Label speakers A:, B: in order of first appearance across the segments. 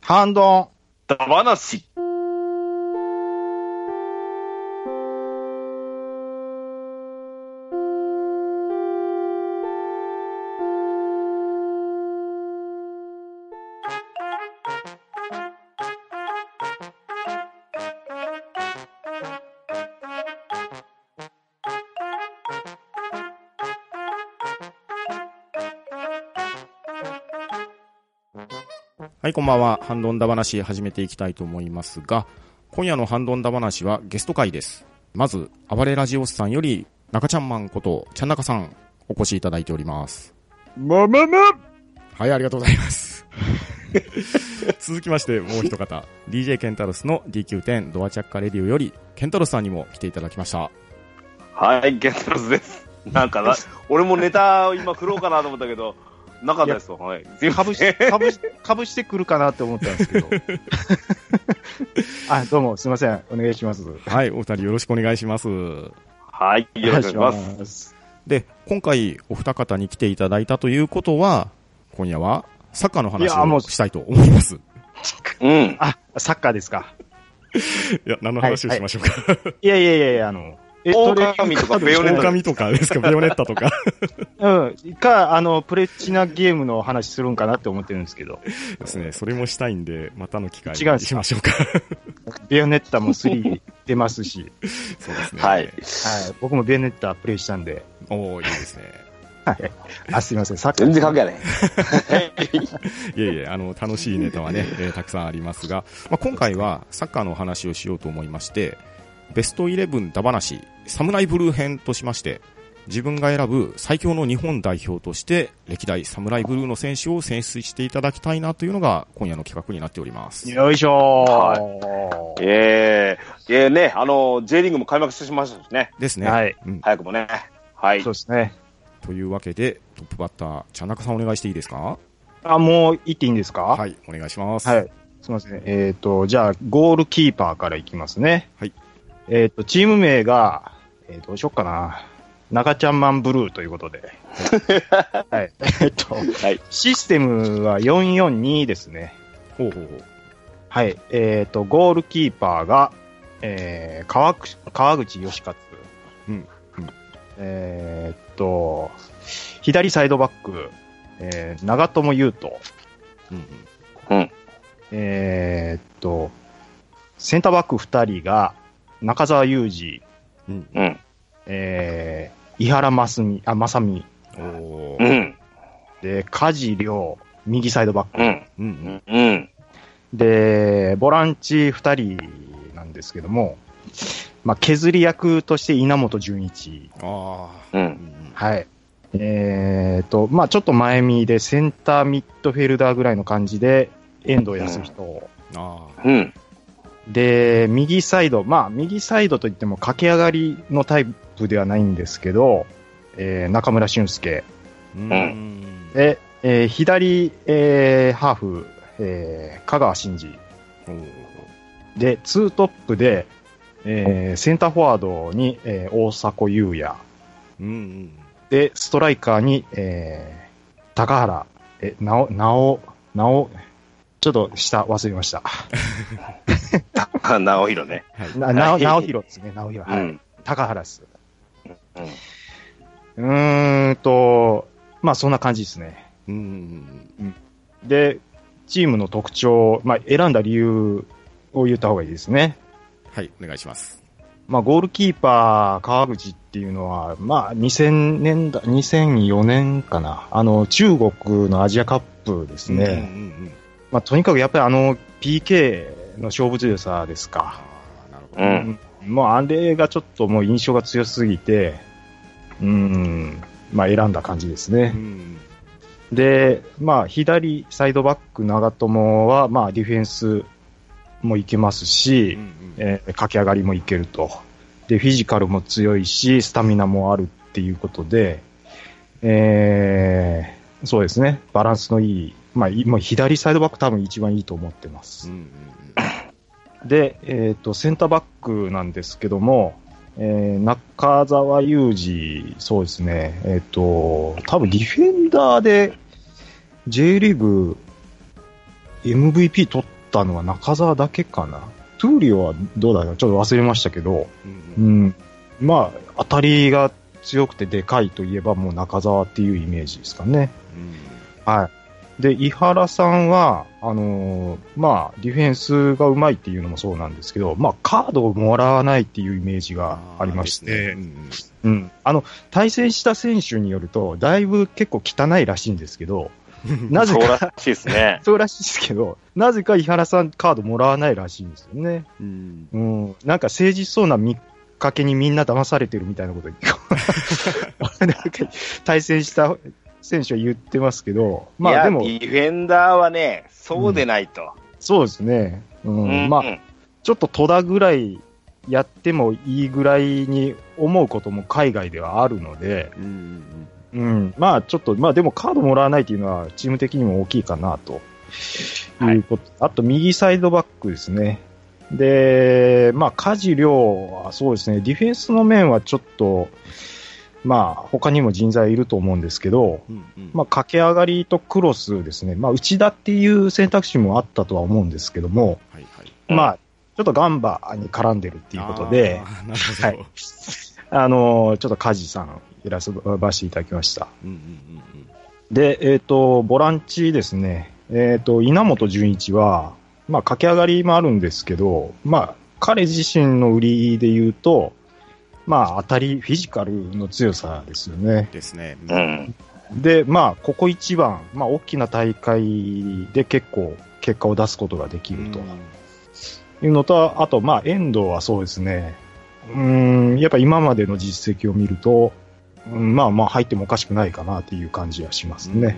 A: ハンドン。
B: だ話。
C: はい、こんばんは。ハンドンダ話始めていきたいと思いますが、今夜のハンドンダ話はゲスト会です。まず、暴れラジオスさんより、中ちゃんマンこと、ちゃんなかさん、お越しいただいております。
A: むむむ
C: はい、ありがとうございます。 続きまして、もう一方、DJ ケンタロスの DQ10 ドアチャッカレディオより、ケンタロスさんにも来ていただきました。
B: はい、ゲンタロスです。な んかな、俺もネタを今振ろうかなと思ったけど、なかったですわ。はい。すい
A: か
B: ませ
A: ぶ
B: ん
A: し、 かぶし、かぶしてくるかなって思ったんですけ ど。あ、どうも、すいません。お願いします。
C: はい、お二人よろしくお願いします。
B: はい、よろしくお願いします。
A: いします。
C: で、今回お二方に来ていただいたということは、今夜はサッカーの話
A: いやも
C: を
A: う
C: したいと思います。い
B: うん。
A: あ、サッカーですか。
C: や、何の話をしましょうか。
A: いやいやいやいや、あの、えトレーニン
B: 狼
A: グ
B: とかベヨネット。
C: 狼とかですか、ベヨネッタとか。
A: うん。か、あの、プレチナゲームの話するんかなって思ってるんですけど。
C: ですね、それもしたいんで、またの機会
A: 違うん
C: に
A: ですか
C: しましょうか。
A: ベヨネッタも3出ますし、
C: そうですね。
B: はい。。
A: はい。僕もベヨネッタプレイしたんで。
C: おー、いいですね。
A: はい。あ、すいません。サッカー。
B: 全然関係ない。
C: いえいえ、あの、楽しいネタはね、えーたくさんありますが、まあ、今回はサッカーのお話をしようと思いまして、ベストイレブンダバナシ、サムライブルー編としまして、自分が選ぶ最強の日本代表として、歴代サムライブルーの選手を選出していただきたいなというのが、今夜の企画になっております。
A: よいしょー。はい。
B: ええええね、あの、J リーグも開幕してしましたしね。
C: ですね。
A: はい
C: うん。
B: 早くもね。はい。
A: そうですね。
C: というわけで、トップバッター、茶中さんお願いしていいですか
A: あ、もう行っていいんですかは
C: はい、お願いします。
A: はい。すみません。えっ、と、じゃあ、ゴールキーパーからいきますね。
C: はい。
A: えっ、と、チーム名が、えーどうしよっかな。中ちゃんマンブルーという ことで。はい。えっ、と、
B: はい。
A: システムは442ですね。
C: ほうほうほう。
A: はい。えっ、と、ゴールキーパーが、えー、川口、川口義勝。
C: うんうん
A: えーっと、左サイドバック、えー、長友佑都。
C: うんうん。
A: えーっと、センターバック2人が、中澤裕二、
C: うん
B: うん。
A: えー、井原正美、あ、正美、
C: お
B: う
C: ー
B: ん。
A: で、梶亮、右サイドバック。
B: うん。
C: うんう。
B: うんん。うん。
A: で、ボランチ2人なんですけども、まあ、削り役として稲本潤一。
C: あ
B: う。
C: ー。うんん
A: はい。えーっと、まあ、ちょっと前見で、センターミッドフェルダーぐらいの感じで、遠藤康人。
C: うん。あー。
B: うん。
A: で、右サイド、まあ、右サイドといっても駆け上がりのタイプではないんですけど、えー中村俊輔。
C: うん
B: う
A: で、えー左、えーハーフ、えー香川真司。
C: おー
A: で、ツートップで、えーセンターフォワードに、えー大迫勇也。
C: うんうん。
A: で、ストライカーに、えー高原、え、なお、なお、なお、ちょっと下忘れました。
B: あ、 直弘ね。
C: はい。
A: な、なお、なおひろですね、なおひろ。
B: う
A: はい。
B: ん。
A: 高原です。
B: うん。
A: うーんと、まあそんな感じですね。
C: うんうん
A: で、チームの特徴、まあ選んだ理由を言った方がいいですね。
C: はい、お願いします。
A: まあゴールキーパー、川口っていうのは、まあ2000年だ、2004年かな。あの、中国のアジアカップですね。
C: うんうんうん。
A: まあとにかくやっぱりあの PK の勝負強さですか。
C: ああ、なるほ
B: う
C: ど。
B: ん。
A: もうあれがちょっともう印象が強すぎて、うーん、まあ選んだ感じですね。
C: うん。
A: で、まあ、左サイドバック長友は、まあ、ディフェンスもいけますし、
C: うん
A: えー駆け上がりもいけると。で、フィジカルも強いし、スタミナもあるっていうことで、えーそうですね、バランスのいい、まあ、いもう左サイドバック多分一番いいと思ってま
C: う
A: す。
C: ん
A: で、えっ、と、センターバックなんですけども、えー中澤裕二、そうですね、えっ、と、多分ディフェンダーで、J リーグ MVP 取ったのは中澤だけかな。トゥーリオはどうだろうちょっと忘れましたけど、
C: うん
A: うん。まあ、当たりが強くてでかいといえばもう中澤っていうイメージですかね。はい。で、井原さんは、あのーまあ、ディフェンスがうまいっていうのもそうなんですけど、まあ、カードをもらわないっていうイメージがありまし
C: ですね
A: て
C: う、ん
A: うん。あの、対戦した選手によると、だいぶ結構汚いらしいんですけど、なぜ
B: そう
A: か、。
B: らしいですね
A: そうらしいですけど、なぜか井原さんカードもらわないらしいんですよね。
C: うん
A: うん。なんか誠実そうな見かけにみんな騙されてるみたいなこと言って、 なんか対戦した選手は言ってますけど、 ま
B: い
A: あ
B: や
A: でも
B: デ、ィフェンダーはね、そうでないと。
A: そうですね。うん。
B: うん
A: まあ、ちょっと戸田ぐらいやってもいいぐらいに思うことも海外ではあるので、
C: うんうん
A: うん、まあちょっと、まあでもカードもらわないというのはチーム的にも大きいかなと。
B: はい
A: いうこと。あと右サイドバックですね。で、まあ梶亮はそうですね、ディフェンスの面はちょっと、まあ他にも人材いると思うんですけど、
C: うんうん
A: まあ駆け上がりとクロスですね。まあ内田っていう選択肢もあったとは思うんですけども、
C: はいはい。
B: うん
A: まあちょっとガンバに絡んでるっていうことで、
C: あー、なるほど。
A: あの、ちょっと梶さん選ばせていただきました。
C: うんうんうんうん
A: で、えっ、と、ボランチですね。えっ、と、稲本潤一は、まあ、駆け上がりもあるんですけど、まあ、彼自身の売りで言うと、まあ、当たり、フィジカルの強さですよね。
C: ですね。
B: うん。うん。
A: で、まあ、ここ一番、まあ、大きな大会で結構、結果を出すことができるというのと、あと、まあ、遠藤はそうですね。うーん、やっぱ今までの実績を見ると、うん、まあまあ、入ってもおかしくないかなっていう感じはしますね。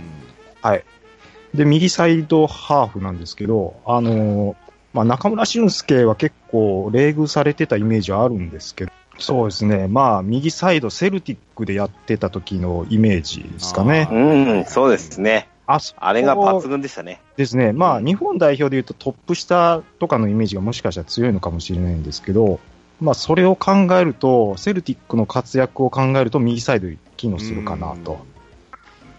A: で、右サイドハーフなんですけど、あのーまあ、中村俊輔は結構、冷遇されてたイメージはあるんですけど、そうですね、まあ、右サイド、セルティックでやってた時のイメージですかね
C: あ。
B: うんそうですね。
A: あそ
B: あれが抜群でしたね。
A: ですね、まあ、日本代表でいうとトップ下とかのイメージがもしかしたら強いのかもしれないんですけど、まあ、それを考えると、セルティックの活躍を考えると、右サイドに機能するかなと。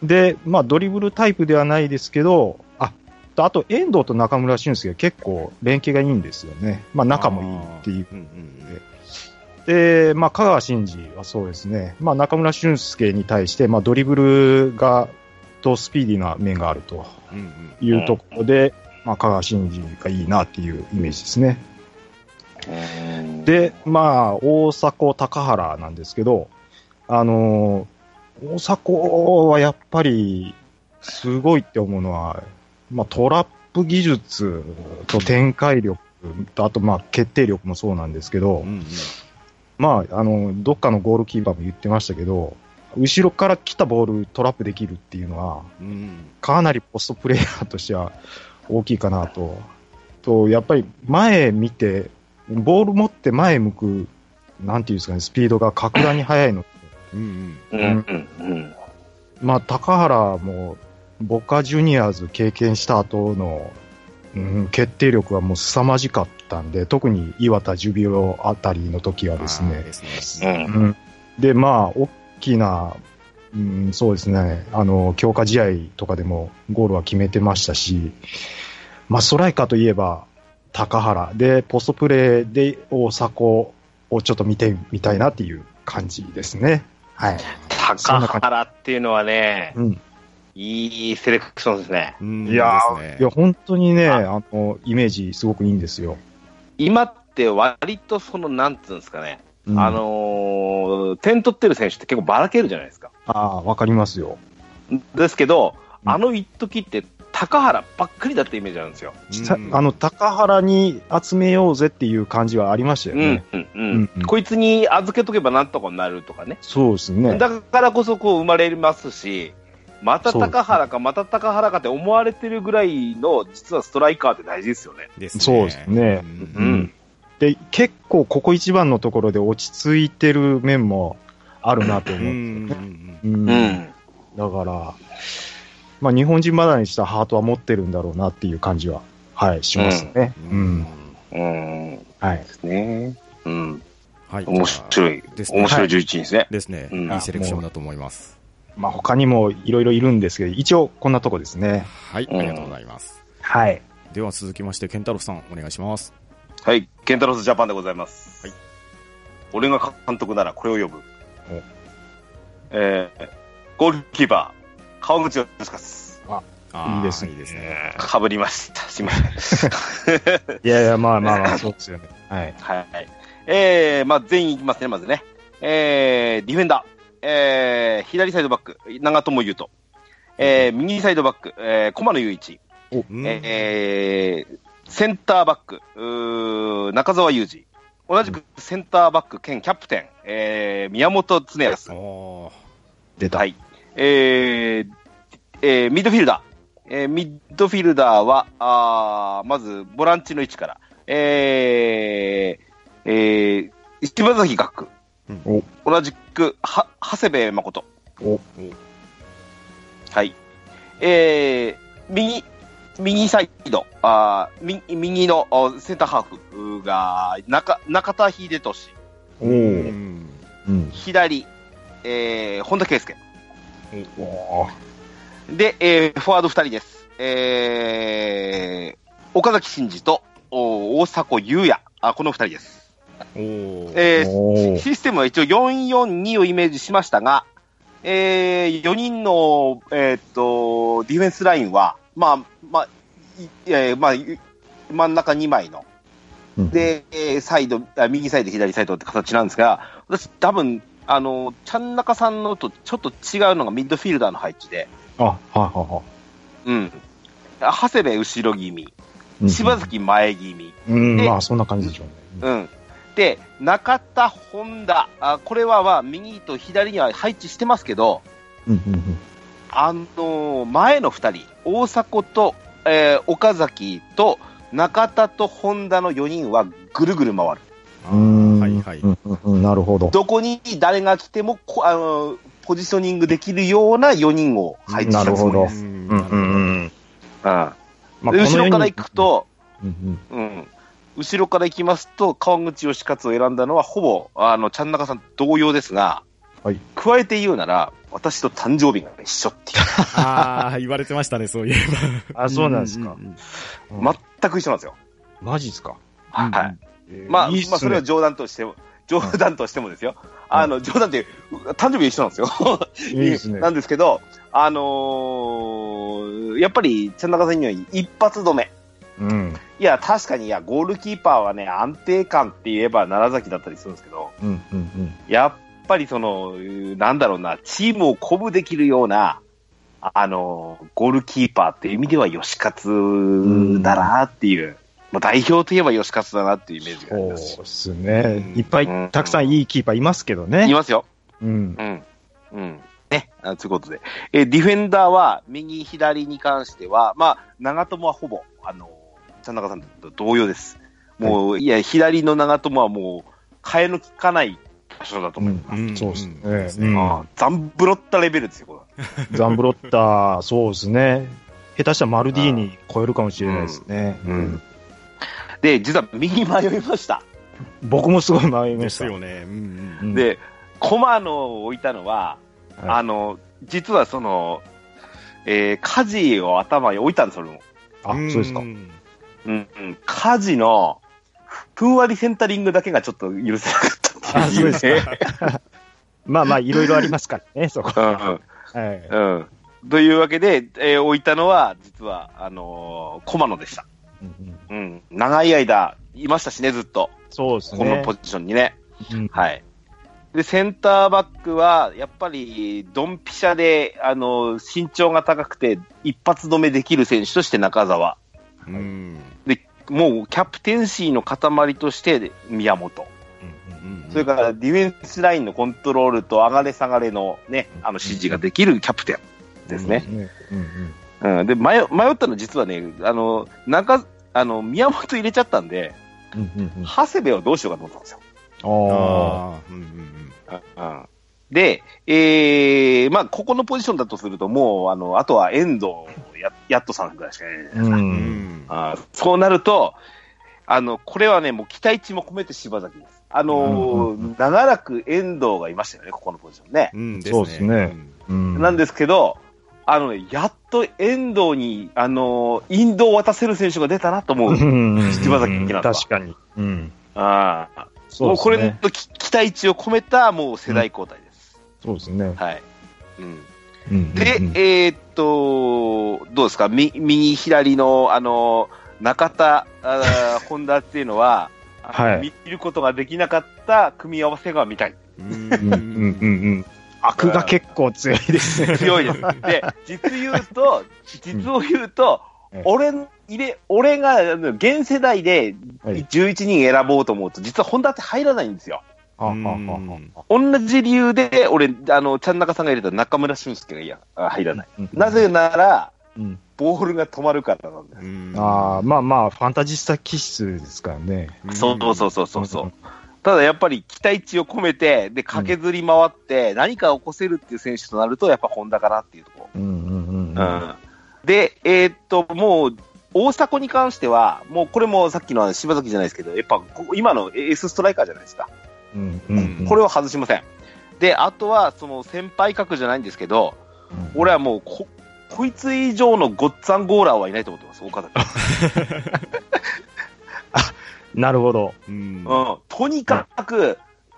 A: で、まあ、ドリブルタイプではないですけど、あとあと遠藤と中村俊輔は結構連携がいいんですよね、まあ、仲もいいっていう、
C: うんうん
A: でまあ、香川真司はそうですね、まあ、中村俊輔に対して、まあ、ドリブルがとスピーディーな面があると
C: うんうん
A: いうところで、まあ、香川真司がいいなっていうイメージですね。
B: うん
A: で、まあ、大迫、高原なんですけど、あのー大迫はやっぱり、すごいって思うのは、まあ、トラップ技術と展開力と、あと、まあ、決定力もそうなんですけど
C: う、んうん
A: まあ、あの、どっかのゴールキーパーも言ってましたけど、後ろから来たボールトラップできるっていうのは、
C: うん
A: かなりポストプレイヤーとしては大きいかなと。と、やっぱり前見て、ボール持って前向く、なんていうんですかね、スピードが格段に速いの。
C: うんう
B: う
C: ん
B: んうんうん。
A: まあ、高原も、ボカジュニアーズ経験した後の、うん、決定力はもう凄まじかったんで、特に岩田ジュビロあたりの時はです
C: あー
A: ね。
C: です
B: う
C: ね。
B: ん。
A: うん、で、まあ、大きな、うん、そうですね、あの、強化試合とかでもゴールは決めてましたし、まあ、ストライカーといえば、高原で、ポストプレーで大迫をちょっと見てみたいなっていう感じですね。はい。
B: 高原っていうのはね、
A: うん。
B: いいセレクションですね。
C: うん
A: いやー
C: ですね
A: いや、本当にね、あの、イメージすごくいいんですよ。
B: 今って割とその、なんつうんですかね、
A: うん
B: あ、のー点取ってる選手って結構ばらけるじゃないですか。
A: ああ、わかりますよ。
B: ですけど、
A: うん
B: あの一時って高原ばっかりだってイメージなんですよ。
A: さ
C: うん
A: あの、高原に集めようぜっていう感じはありましたよ
B: う
A: ね。
B: ん、うん、うん
A: うんうん
B: こいつに預けとけばなんとかなるとかね。
A: そうですね。
B: だからこそこう生まれますし、また高原か、また高原かって思われてるぐらいの、実はストライカーって大事ですよね。
C: ですね。
A: そうですね
C: うん
B: うん。
A: で、結構ここ一番のところで落ち着いてる面もあるなと
C: うんう
A: 思う。
C: んうん
A: うん
B: う
A: だ
B: ん。
A: から、まあ日本人離れしたハートは持ってるんだろうなっていう感じは、はい、しますね。
C: う
A: うんん。
B: うん。で
A: はい。
B: すね。うん。
C: はい。
B: 面白い。
C: ですね
B: 面白い11人ですね。
C: ですね。
B: うん
C: いいセレクションだと思います。
A: まあ他にもいろいろいるんですけど、一応こんなとこですね。
C: はい。あ
B: うん
C: りがとうございます。
A: はい。
C: では続きまして、健太郎さん、お願いします。
B: はい、ケンタロスジャパンでございます。はい、俺が監督ならこれを呼ぶ。
A: お
B: えー、ゴールキーパー、川口義勝。
C: あー
A: いいですね
C: いいですね。
B: かぶりました。すいません。
A: いやいや、まあまあまあ、そうですよね。はい。
B: はい。えー、まあ全員いきますね、まずね。えー、ディフェンダー。えー、左サイドバック、長友佑都。えー、右サイドバック、えー、駒野雄一。
C: うん
B: えー、センターバック、うー中澤裕二。同じくセンターバック兼キャプテン、えー、宮本恒康。
C: おー
A: 出た。
B: はい。えーえーミッドフィルダー。えーミッドフィルダーは、あーまず、ボランチの位置から。えーえー、柴崎学。
A: お
B: 同じく、は、長谷部誠。
A: お
B: はい。えー右、右サイド、あーみ右のあセンターハーフが、中、中田秀俊。
A: お
C: う
A: ー
C: ん
A: うん。
B: 左、えー本田圭佑。
A: おー
B: で、えーフォワード2人です。えー岡崎真司とお大迫勇也。あ、この2人です。
C: おー
B: えー
A: おー
B: システムは一応442をイメージしましたが、え4人の、えーっと、ディフェンスラインは、まあ、まあ、いえーまあ、い真ん中2枚の、
A: うん、
B: で、えーサイド、あ右サイド、左サイドって形なんですが、私多分、あの、ちゃん中さんのとちょっと違うのがミッドフィルダーの配置で、
A: あ、はいはいは
B: うん。長谷部後ろ気味、
A: いうん。
B: 柴崎前気味。
A: うん、
B: で
A: まあそんな感じでしょうね。
B: うん。で、中田、本田、あこれはまあ右と左には配置してますけど、
A: うん、うん、うん。
B: あのー前の2人、大迫と、えー岡崎と中田と本田の4人はぐるぐる回る。
C: あ
A: うー
C: ー
A: ん
C: はいはい。
A: うんうんうんなるほど。
B: どこに誰が来てもこ、あのーポジショニングできるような4人を配置し
A: な
B: た
A: る
B: つ
A: ほ
B: もり
A: ど
B: です。
C: ん
A: うんうんうん
B: うん
A: まあ
B: で後ろから行く、と、
A: このようにうん
B: うん、後ろから行きますと、川口義勝を選んだのは、ほぼ、あの、ちゃん中さん同様ですが、
A: はい
B: 加えて言うなら、私と誕生日が一緒っていう、
C: ああ、言われてましたね、そういえ
A: うんあ、
C: ば。
A: そうなんですか
C: う。ん
A: うん
B: 全く一緒なんですよ。
A: マジですか。
C: うん
B: は
C: うん
B: い。まあ、
A: いいっすね
B: まあ、それは冗談としても、冗談としてもですよ。あの、冗談って、誕生日一緒なんですよ。
A: いいですね。
B: なんですけど、あのーやっぱり、ちゃん中さんには一発止め。
A: うん。
B: いや、確かに、いや、ゴールキーパーはね、安定感って言えば、奈良崎だったりするんですけど、
A: うん、うん、
B: やっぱりその、うーなんだろうな、チームを鼓舞できるような、ああの、ゴールキーパーっていう意味では吉勝だなっていう、まあ、代表といえば吉勝だなっていうイメージがあり
A: うん。
B: ま
A: そ
B: す
A: う。ですね。いっぱ
B: うん
A: い、たくさんいいキーパーいますけどね。
B: いますよ。
A: うん
B: う。ん。うん。ね。あということで。えーディフェンダーは、右、左に関しては、まあ、長友はほぼ、あの、田中さんと同様です。もう、い、や、左の長友はもう、替えの利かない場所だと思います。
C: うん
A: そうですね。
C: う
A: うんん
B: あーザンブロッタレベルですよ、これは
A: ザンブロッター、そうですね。下手したらマルディーに超えるかもしれないですね。
B: う
A: うんん
B: で、実は右迷いました。
A: 僕もすごい迷いま
C: で
A: し
C: す
A: た。
C: よね。うん
A: う
C: うん
A: ん、
B: で、コマのを置いたのは、
A: はい
B: あの、実はその、えー、家事を頭に置いたんです、俺も。
A: あ、そうですか。
C: ん
B: うん、うん。家事の、ふんわりセンタリングだけがちょっと許せなかったってい
A: あそうで まあまあ、いろいろありますからね、そこ。
B: うん
A: はい。
B: うん、うん。というわけで、えー置いたのは、実は、あのー、コマのでした。
A: うんうん
B: うん。長い間、いましたしね、ずっと。
A: そうです
B: この
A: ね
B: ポ。ジションにね。
A: うん
B: はい。で、センターバックは、やっぱり、ドンピシャで、あの、身長が高くて、一発止めできる選手として中澤。
C: うん
B: で、もう、キャプテンシーの塊として、宮本。
C: うん
B: それから、ディフェンスラインのコントロールと、上がれ下がれのね、あの、指示ができるキャプテンですね。
A: ね。うんうん
B: うん。で、迷迷ったの実はね、あの、中、あの、宮本入れちゃったんで、
A: うんうんうん
B: 長谷部をどうしようかと思ったんですよ。
A: ああ。
C: あーうんうん
B: うんで、えーまあ、ここのポジションだとすると、もう、あの、あとは遠藤や、やっとさんぐらいしかいない。
A: う。
C: うんん
B: あーそうなると、あの、これはね、もう期待値も込めて柴崎です。あのー長らく遠藤がいましたよね、ここのポジションね。
C: うん
A: そうですね
C: ん
A: うん
B: なんですけど、あのね、やっと遠藤に、あのー、インドを渡せる選手が出たなと思う。柴崎
A: うん
B: なのは
A: 確かに。うん。
B: ああ、
A: そ
B: も
A: う
B: う
A: です
B: これ
A: ね。
B: のき期待値を込めた、もう世代交代です。
A: そうですね。
B: はい。うん、
A: うん
B: で、
A: うん
B: えーっと、どうですか、み右、左の、あのー、中田、あー 本田っていうのは、あの
A: はい
B: 見ることができなかった組み合わせが見たい。
C: うん
A: うんうんうんうん。悪が結構強いですね。
B: 強 いです。で、実言うと、実を言うと、
A: うん
B: 俺の入れ、俺が、あの現世代で
A: はい
B: 11人選ぼうと思うと、実は本田って入らないんですよ。
A: はあはあは
B: 同じ理由で、俺、あの、ちゃん中さんが入れた中村俊輔がいやあ入らない。
A: あ
B: なぜなら、
A: うん
B: ボールが止まるからなんです。
A: あーまあまあ、ファンタジスタ気質ですからね。
B: そうそううそうそうそう。ただやっぱり期待値を込めて、で、駆けずり回って、何か起こせるっていう選手となると、やっぱ本田かなっていうところ。
A: うんうんうんうん。
B: うんで、えーっと、もう、大迫に関しては、もうこれもさっきの柴崎じゃないですけど、やっぱこ今のエースストライカーじゃないですか。
A: うんうんうん
B: これを外しません。で、あとは、その先輩格じゃないんですけど、俺はもうこ、こいつ以上のごっつぁんゴーラーはいないと思ってます、岡崎。
A: なるほど。
C: うん。
B: うん。とにかく、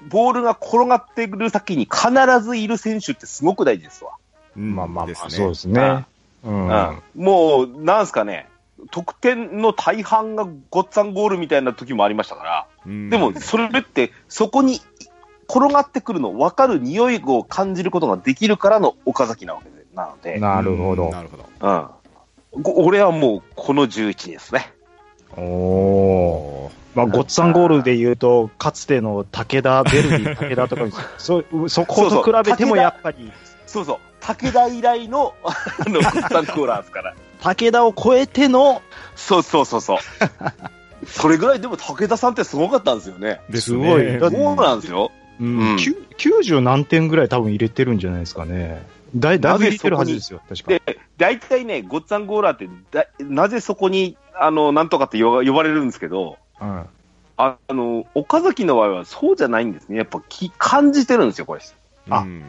B: ボールが転がってくる先に必ずいる選手ってすごく大事ですわ。
C: うん
A: まあまあまあ、
C: です
A: そう
C: ね
A: ですね。うん。
B: うん。もう、なんすかね、得点の大半がごっつぁんゴールみたいな時もありましたから、
C: うん
B: でも、それって、そこに転がってくるの、分かる匂いを感じることができるからの岡崎なわけで、なので、
A: なるほ
C: うん
A: ど。
C: なるほど。
B: うん。ご俺はもう、この11ですね。
A: おおー。まあ、ごっつぁんゴールで言うと、かつての武田、ベル ディ、武田とかに、そうそこと比べてもやっぱり、
B: そうそう、武田以来の、 あの、コッタンコーラーですから。
A: 武田を超えての、
B: そうそうそうそう。それぐらい、でも武田さんってすごかったんですよね。
C: ですね
A: すごいだ
B: そ
A: っ
B: う
A: て
B: なんですよ。ん
A: きゅ90何点ぐらい多分入れてるんじゃないですかね。だいだいぶ入れてるはずですよ、確か
B: で、大体ね、ごっつぁんゴーラーってだ、なぜそこに、あの、なんとかって呼ば呼ばれるんですけど、
A: うん。
B: ああの、岡崎の場合はそうじゃないんですね。やっぱき感じてるんですよ、これ。
A: あ
C: うん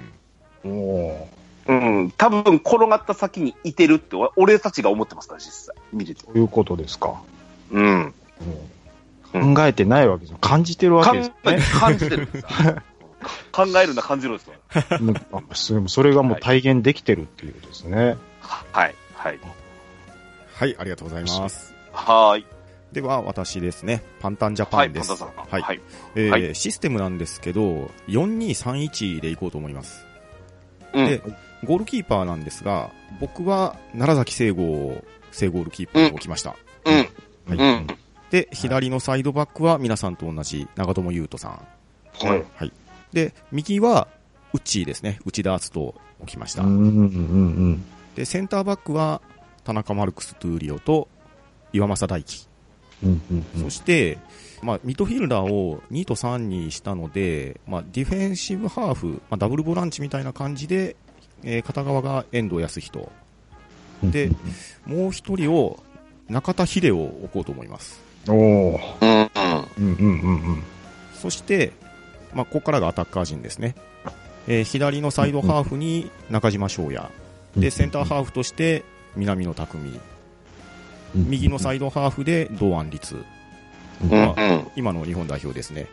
A: お
B: うん。多分転がった先にいてるって、お俺たちが思ってますから、実際。見てて。
A: ということですか。
B: うん。
A: うん考えてないわけですよ。感じてるわ
B: 考
A: けですね
B: え。感じてるんですよ考えるな、感じるんですよ。
A: もうあそれそれがもう体現できてるっていうことですね。
B: はい。はい。
C: はい、ありがとうございます。
B: はーい。
C: では、私ですね。パンタンジャパ
B: はい、パ
C: ンで
B: ン
C: す。
B: ダさん。
C: はい。
B: はい。
C: えー
B: はい
C: システムなんですけど、4231でいこうと思います。
B: うん
C: で、ゴールキーパーなんですが、僕は奈良崎聖吾を正ゴールキーパーに置きました。
B: うん。
A: はい
B: うん。
C: で、左のサイドバックは皆さんと同じ長友佑都さん。
B: はい
C: で、右はウッチーですね。内田篤人を置きました
A: う。んうんうん
C: で、センターバックは田中マルクス・トゥーリオと岩政大輝。
A: うんうんうんうん
C: そして、まあ、ミッドフィルダーを2と3にしたので、まあ、ディフェンシブハーフ、まあ、ダブルボランチみたいな感じで、えー片側が遠藤康人、
A: うん
C: で、もう一人を中田秀を置こうと思います。
A: おおー、
B: うん。うん。
A: うんうんうんうん。
C: そして、まあ、ここからがアタッカー陣ですね。えー左のサイドハーフに中島翔也、で、センターハーフとして南野拓実、右のサイドハーフで堂安律、
B: うん。うん
C: まあ今の日本代表ですね。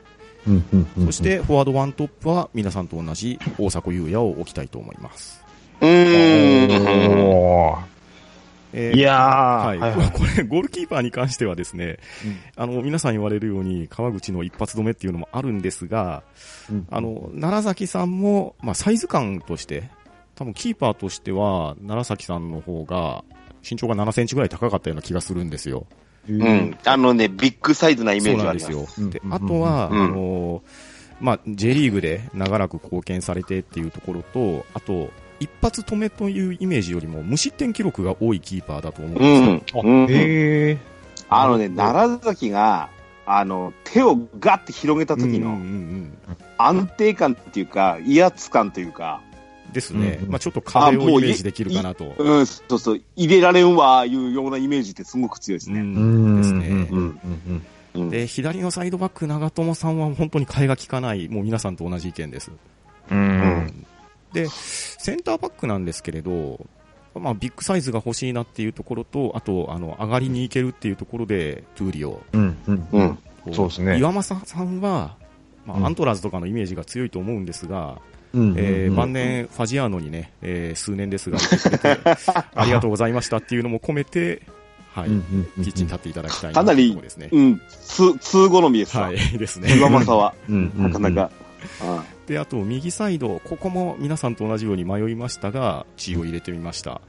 A: うんうんうん
C: そし、て、フォワードワントップは皆さんと同じ大迫勇也を置きたいと思います。
B: うん。
A: おー
C: えー
A: いやー、
C: はい、 これ、ゴールキーパーに関してはですね、あの、皆さん言われるように、川口の一発止めっていうのもあるんですが、あ、の、奈良崎さんも、まあ、サイズ感として、多分キーパーとしては、奈良崎さんの方が、身長が7センチぐらい高かったような気がするんですよ。
A: うん
B: うん。あのね、ビッグサイズなイメ
C: そ
B: ー
C: う
B: ジ
C: な
B: があ
C: んで
B: りますす。
C: よ。
A: うん
C: で
A: う、ん
C: あとは、
B: うん
C: あのーまあ、J リーグで長らく貢献されてっていうところと、あと、一発止めというイメージよりも無失点記録が多いキーパーだと思うんですよ。
B: うん。うん。
A: へえ。
B: あのね、奈良崎が、あの、手をガッて広げた時
C: うんう
B: の
C: んうん
B: 安定感っていうか、威圧感というか、
C: うんですね。
A: うん
C: まあ、ちょっと壁をイメージできるかなと。
B: うん、そうそう、入れられんわ、いうようなイメージってすごく強いです
C: う
B: ね。
C: んですね
A: う。んうん
B: うん
C: で、左のサイドバック長友さんは本当に替えが利かない、もう皆さんと同じ意見です。
A: うんうん。
C: で、センターバックなんですけれど、まあ、ビッグサイズが欲しいなっていうところと、あと、あの、上がりに行けるっていうところで、トゥーリオ。
A: うん、うん、
B: う
A: うんん。そうですね
C: 岩政さんは、ま
A: うん
C: あ、アントラーズとかのイメージが強いと思うんですが、
A: うん
C: えー
A: うん
C: 晩年、ファジアーノにね、えー数年で すが、いてくれてありがとうございましたっていうのも込めて、はい、
A: うん
C: キッチンに立っていただきたい
B: かな
C: という
B: り
C: ところですね。
B: うん。通、通好みですわ。
C: はい、ですね。
B: 岩政は。
A: うん
B: なかな。か。
C: で、あと、右サイド、ここも皆さんと同じように迷いましたが、血を入れてみました。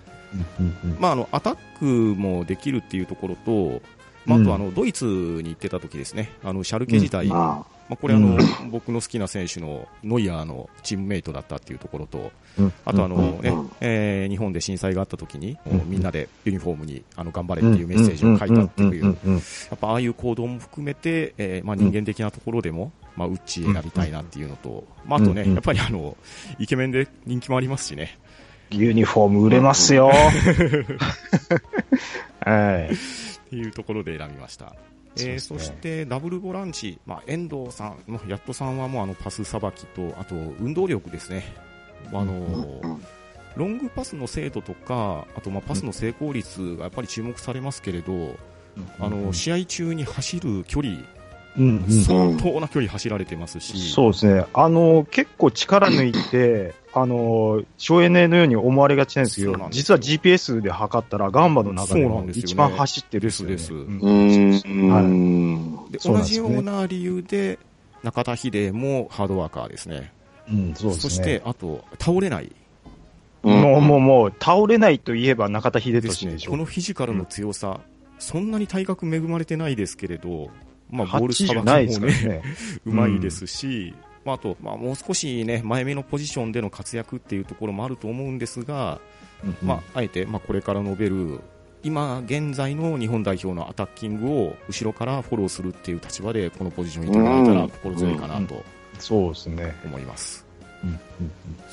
A: うんうんうん
C: まあ、あの、アタックもできるっていうところと、まあ、あ
A: うん
C: と、あの、ドイツに行ってた時ですね、あの、シャルケ自体、
B: うん
C: ま
B: あ
C: あ、これ、あ
A: う
C: の、僕の好きな選手のノイアーのチームメイトだったっていうところと、
A: うん
C: あと、あの、
B: うん
C: ね
B: うん、
C: えー日本で震災があった時に、
A: うん
C: みんなでユニフォームに、あの、頑張れっていうメッセージを書いたっていう、
A: んうんんん
C: やっぱああいう行動も含めて、えーまあ、人間的なところでも、まあ、うっち選びたいなっていうのと、まあ、あとね、
A: うんうん
C: やっぱりあの、イケメンで人気もありますしね。
A: ユニフォーム売れます よ。はい。
C: っていうところで選びました。
A: そう
C: えー
A: です
C: そ
A: ね
C: して、ダブルボランチ、まあ、遠藤さん、まあやっとさんはもうあのパスさばきと、あと運動力ですね、あのー
B: うん
C: ロングパスの精度とか、あとまあパスの成功率がやっぱり注目されますけれど、あの試合中に走る距離、
A: うんうん
C: 相当な距離走られてますし、
A: そうですね。あの、結構力抜い て、あの、省エネのように思われがちなんですけ
C: そうな
A: ど
C: ん、です
A: 実
C: よ
A: は GPS で測ったら、ガンバの中で
C: そうな
A: も
C: んですよね
A: 一番走ってるんよね
C: ですです
A: うん
B: う
A: はい
B: ん。
C: で
A: そう
C: 同
A: なんで
C: じ
A: す
C: よ
A: ね
C: うな理由で、中田秀もハードワーカーですね。
A: うんそう
C: そ
A: ですね。
C: して、あと、倒れない
B: うん
A: もう、もう、もう、倒れないといえば中田秀
C: です
A: 俊
C: ね
A: で。しょ。
C: このフィジカルの強さ、そんなに体格恵まれてないですけれど、まあ、ボールさば
A: 80
C: き
A: ないです
C: も
A: から
C: ね、
A: ね。
C: うまいですし、まあ、あと、まあ、もう少しね、前目のポジションでの活躍っていうところもあると思うんですが、
A: うん
C: まあ、あえて、まあ、これから述べる、今現在の日本代表のアタッキングを後ろからフォローするっていう立場で、このポジションにいただいた
B: うん
C: ら心強いかなと
A: そうですね。
C: 思います。
A: うんうん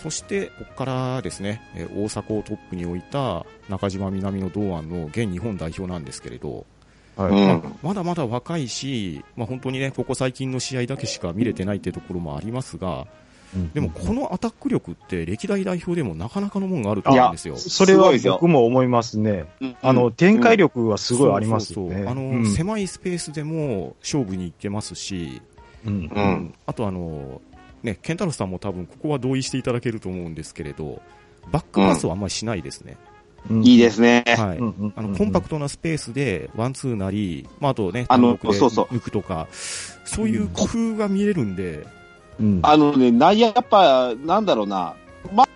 C: そして、ここからですね、えー大阪をトップに置いた中島南の堂安の現日本代表なんですけれど、
A: うんは
B: う
A: い。
B: ん。
C: まだまだ若いし、まあ、本当にね、ここ最近の試合だけしか見れてないってところもありますが、でもこのアタック力って歴代代表でもなかなかのもんがあると思うんですよ。
A: それ
B: すご
A: はい
B: ですよ
A: 僕も思いますね。
B: うん
A: あの、展開力はすごいありますよ
C: そうそう
A: ね。
C: そうあの、
A: うん
C: 狭いスペースでも勝負に行ってますし、
A: うん
B: うん
C: あとあの、ね、ケンタロスさんも多分ここは同意していただけると思うんですけれど、バックパスはあんまりしないですね。
A: うん
B: いいですね。
C: はい。あの、コンパクトなスペースで、ワンツーなり、まあ、あとね、
B: あの
C: 単独で
B: そうそう
C: 抜くとか、そういう工夫が見えるんで、
A: ト。うん
B: あのね、内野、やっぱ、なんだろうな、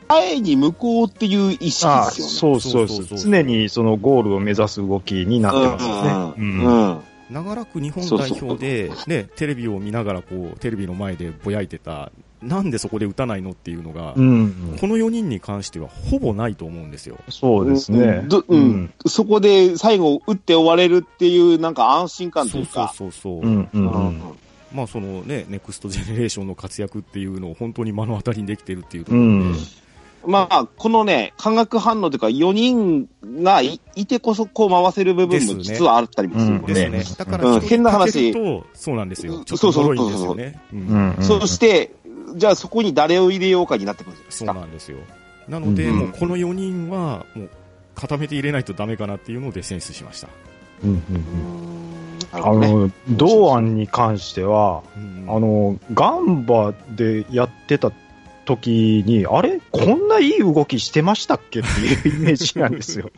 B: 前に向こうっていう意識
A: ああ
B: ですよね。
A: そうそう
C: そ
A: そうう
C: そうそう
A: 常にそのゴールを目指す動きになってますね。
B: うん。
A: うん
B: うん。
C: 長らく日本
B: そう
C: 代
B: そう
C: 表で、ね、テレビを見ながら、こう、テレビの前でぼやいてた、なんでそこで打たないのっていうのが、
A: うん
C: この4人に関してはほぼないと思うんですよ。
A: そうですね。
B: どうんそこで最後、打って終われるっていう、なんか安心感と
C: そ
B: いうう
C: そう
B: か。
C: そうそう。
A: うんうんうん
C: まあ、そのね、ネクストジェネレーションの活躍っていうのを本当に目の当たりにできてるっていうところで、
A: うん
B: まあ、このね、化学反応というか、4人がいいてこそこう回せる部分
C: です
B: も
C: ね
B: 実はあったりもするの
C: で
B: で、
C: すね。だから、
B: うん変な話
C: と、そうなんですよ。ちょっ
B: そ
C: と
B: うそう
C: 脆いんですよね。うん
A: うんうん
B: そして、じゃあそこに誰を入れようかになってくるんです
C: そう
B: か。
C: なんですよ。なので、
B: うん
C: もうこの4人は、もう固めて入れないとダメかなっていうので選出しました。
A: うんうんう
B: うんんなる
A: あ
B: ほどね
A: の、堂安に関しては、
C: うん
A: あの、ガンバでやってた時に、あれこんないい動きしてましたっけっていうイメージなんですよ。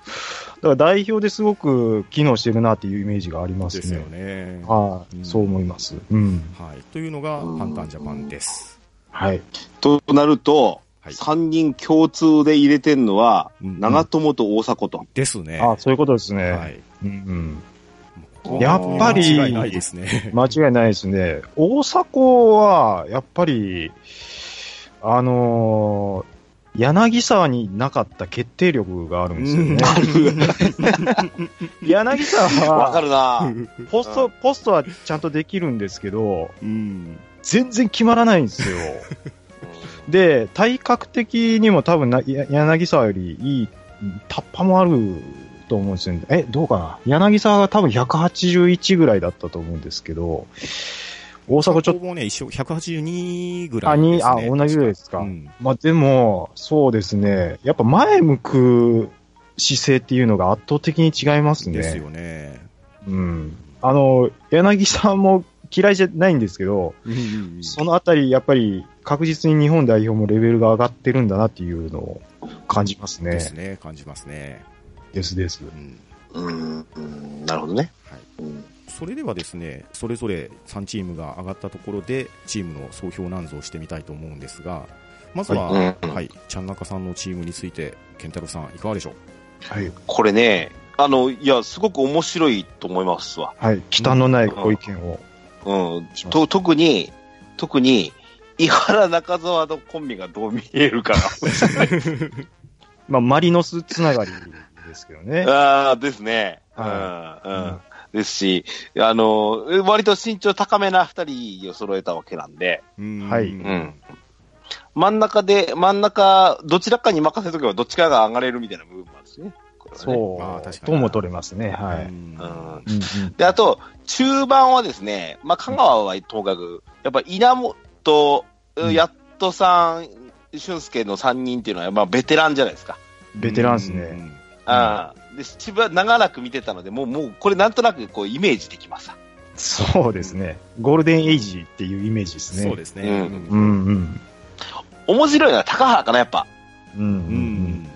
A: だから代表ですごく機能してるなっていうイメージがあります
C: で
A: ね。
C: すよね。
A: はい、
C: うん
A: そう思います。うん。
C: はい。というのが、
B: うん
C: パンタンジャパンです。
A: はい。
B: となると、
C: はい
B: 三3人共通で入れてるのは、
C: うん
B: 長友と大迫と。
C: ですね。
A: あそういうことですね。
C: はい。
A: うん
B: うん
A: やっぱり
C: 間違いないですね
A: う。ん、間違いないですね。大迫は、やっぱり、あのー柳沢になかった決定力があるんですよね。 柳沢
B: わ
A: は、
B: かるな
A: ポスト、ポストはちゃんとできるんですけど、
C: うん。
A: 全然決まらないんです よ。で、体格的にも多分な、や柳沢よりいい、タッパもあると思うんですよね。え、どうかな柳沢が多分181ぐらいだったと思うんですけど、大阪ちょっ、
C: ことこもね、一緒、182ぐら
A: あ、
C: いです、ね。
A: に、あ、同じぐらいですか。
C: うん
A: まあでも、そうですね。やっぱ前向く姿勢っていうのが圧倒的に違いますね。
C: ですよね。
A: うん。あの、柳さんも嫌いじゃないんですけど、
C: うん
A: そのあたり、やっぱり確実に日本代表もレベルが上がってるんだなっていうのを感じますね。
C: ですね、感じますね。
A: ですです。
C: うん
B: うん、うん、なるほどね。
C: はい
B: うん
C: それではですねそれぞれ3チームが上がったところでチームの総評なんぞをしてみたいと思うんですがまず
B: は
C: は、はい
B: いうん
C: ちゃん中さんのチームについて健太郎さんいかがでしょう
A: はい。
B: これね、あの、いや、すごく面白いと思いますわ。
A: はい。忌憚のないご意見を
B: うん。
A: します。
B: と、特に、特に、井原中澤のコンビがどう見えるか
A: まあ、マリノスつながりですけどね。
B: な。ああ、ですね。うん、
A: は
B: うん。ですし、あの、割と身長高めな二人を揃えたわけなんで、
C: うーん
A: はい
B: うん。真ん中で、真ん中、どちらかに任せとけばどっちかが上がれるみたいな部分もあるんですね。これはね
A: そう、
C: まあ確かに
A: とも取れますね。は
C: う
A: い。
C: ん
B: うん
A: うん
B: で、あと、中盤はですね、まあ、香川はともかく、やっぱ稲本、
A: うん
B: やっとさん、俊介の3人っていうのは、まあ、ベテランじゃないですか。
A: うんベテランですね。
B: ああで、千葉、長らく見てたので、もう、もう、これなんとなく、こう、イメージできます。
A: そうですね。ゴールデンエイジっていうイメージですね。
C: そうですね
B: うん
A: う、んうん。
B: 面白いのは高原かな、やっぱ。
A: うんうん
C: うん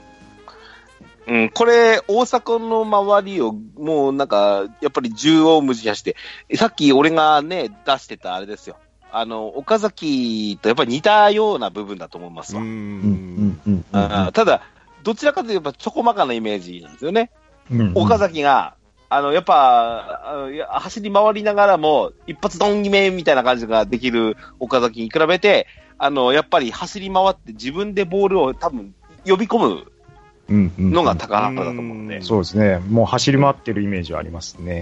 A: うん。
B: うん、これ、大阪の周りを、もうなんか、やっぱり縦横無尽にして、さっき俺がね、出してたあれですよ。あの、岡崎とやっぱり似たような部分だと思います
C: う
B: わ。
A: うんうんんうんうん
B: あーただ、どちらかといえば、ちょこまかなイメージなんですよね。
A: うんうん
B: 岡崎が、あの、やっぱ、あのいや走り回りながらも、一発ドン決めみたいな感じができる岡崎に比べて、あの、やっぱり走り回って自分でボールを多分呼び込む
A: うんうん
B: のが高原だと思うんで。
A: そうですね。もう走り回ってるイメージはあります
B: う
A: ね。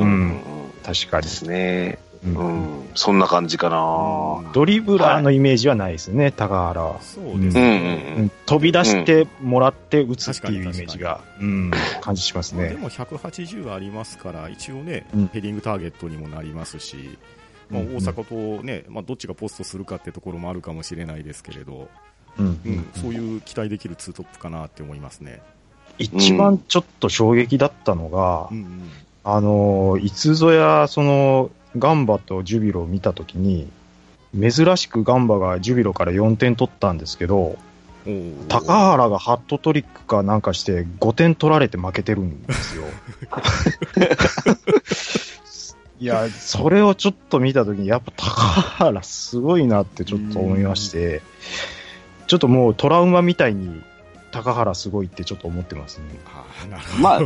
A: う
B: うんん。
A: 確かに
B: で。すね。
A: うん
B: うん。そんな感じかな。
A: ドリブラーのイメージはないですね、高原は。
C: そうです
B: うん。う
C: ね、
A: うん
B: ん
A: 飛び出してもらって打つっていうイメ
C: 確かに
A: ージが、うん、感じします
C: まあで
A: ね。
C: も180ありますから一応ね、
A: うん
C: ヘディングターゲットにもなりますし、まあ、
A: うんうん
C: 大阪とね、まあ、どっちがポストするかってところもあるかもしれないですけれど、
A: うん
C: うんそう
A: う
C: いう期待できるツートップかなって思いますね。
A: 一番ちょっと衝撃だったのが、
C: うん
A: あのーいつぞや、その、ガンバとジュビロを見たときに、珍しくガンバがジュビロから4点取ったんですけど、
C: うん、おー
A: 高原がハットトリックかなんかして5点取られて負けてるんですよ。 いや、それをちょっと見たときに、やっぱ高原すごいなってちょっと思いまして、ちょっともうトラウマみたいに高原すごいってちょっと思ってますね。
C: あーなる
B: ま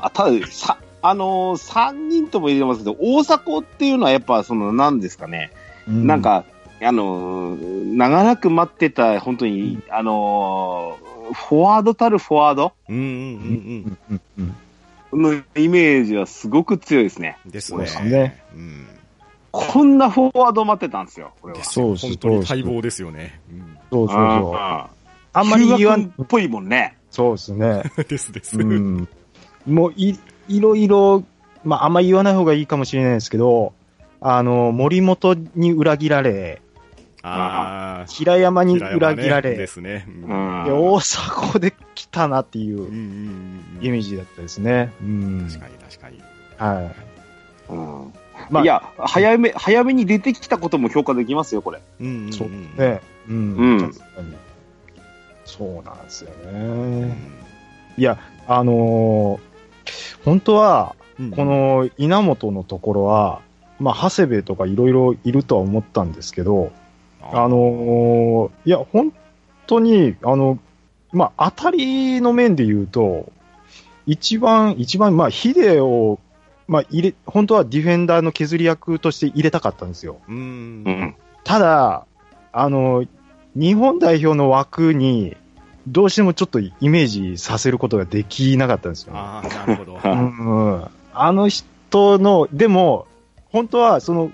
B: あ、あただ、さ、あのー、3人とも入れますけど、大迫っていうのはやっぱ、その、何ですかね。なん、か、あのー、長らく待ってた、本当に、あのー、フォワードたるフォワード
C: うんうん
A: う
C: う
A: ん
C: ん
A: うんうん
B: のイメージはすごく強いですね。
C: うん。です
A: そう
C: ね。
A: ですね
C: うん、
B: こんなフォワード待ってたんですよ、これは。
C: です
A: そうです
C: 本当に待望ですよね。うん
A: そうそうそう。
B: あ
A: あん
B: ん
A: ま
B: まり
A: り言わ
B: っ
A: ん、
B: ぽいもんね。
A: そうですね。
C: ですです。
A: う
C: うん
A: ん。もうい、いろいろ、まあ、あんまり言わない方がいいかもしれないですけど、あの、森本に裏切られ、
C: ああ、
A: 平山に裏切ら
C: 平山ね
A: れ、
C: ですね。うん
B: うん
A: で大迫で来たなってい
C: う
A: う
C: んうん
A: イメージだったですね。う
C: うん
A: ん。
C: 確かに確かに。
A: は
B: うん
A: い。まあ、
B: いや、早め、早めに出てきたことも評価できますよ、これ。
C: うんうんうん
A: そうね。うん。
B: うん
A: 確かにそうなんですよ
C: う
A: ね。
C: ん
A: いや、あのー本当は、
C: うん
A: こ、の稲本のところは、まあ、長谷部とかいろいろいるとは思ったんですけど、あのーいや、本当に、あの、まあ、当たりの面で言うと、一番、一番、まあ、ヒデを、まあ、入れ、本当はディフェンダーの削り役として入れたかったんですよ。
C: うん
A: ただ、あの、日本代表の枠に、どうしてもちょっとイメージさせることができなかったんですよね、
C: ああ、なるほど。
B: は
A: うんうんあの人の、でも、本当は、その、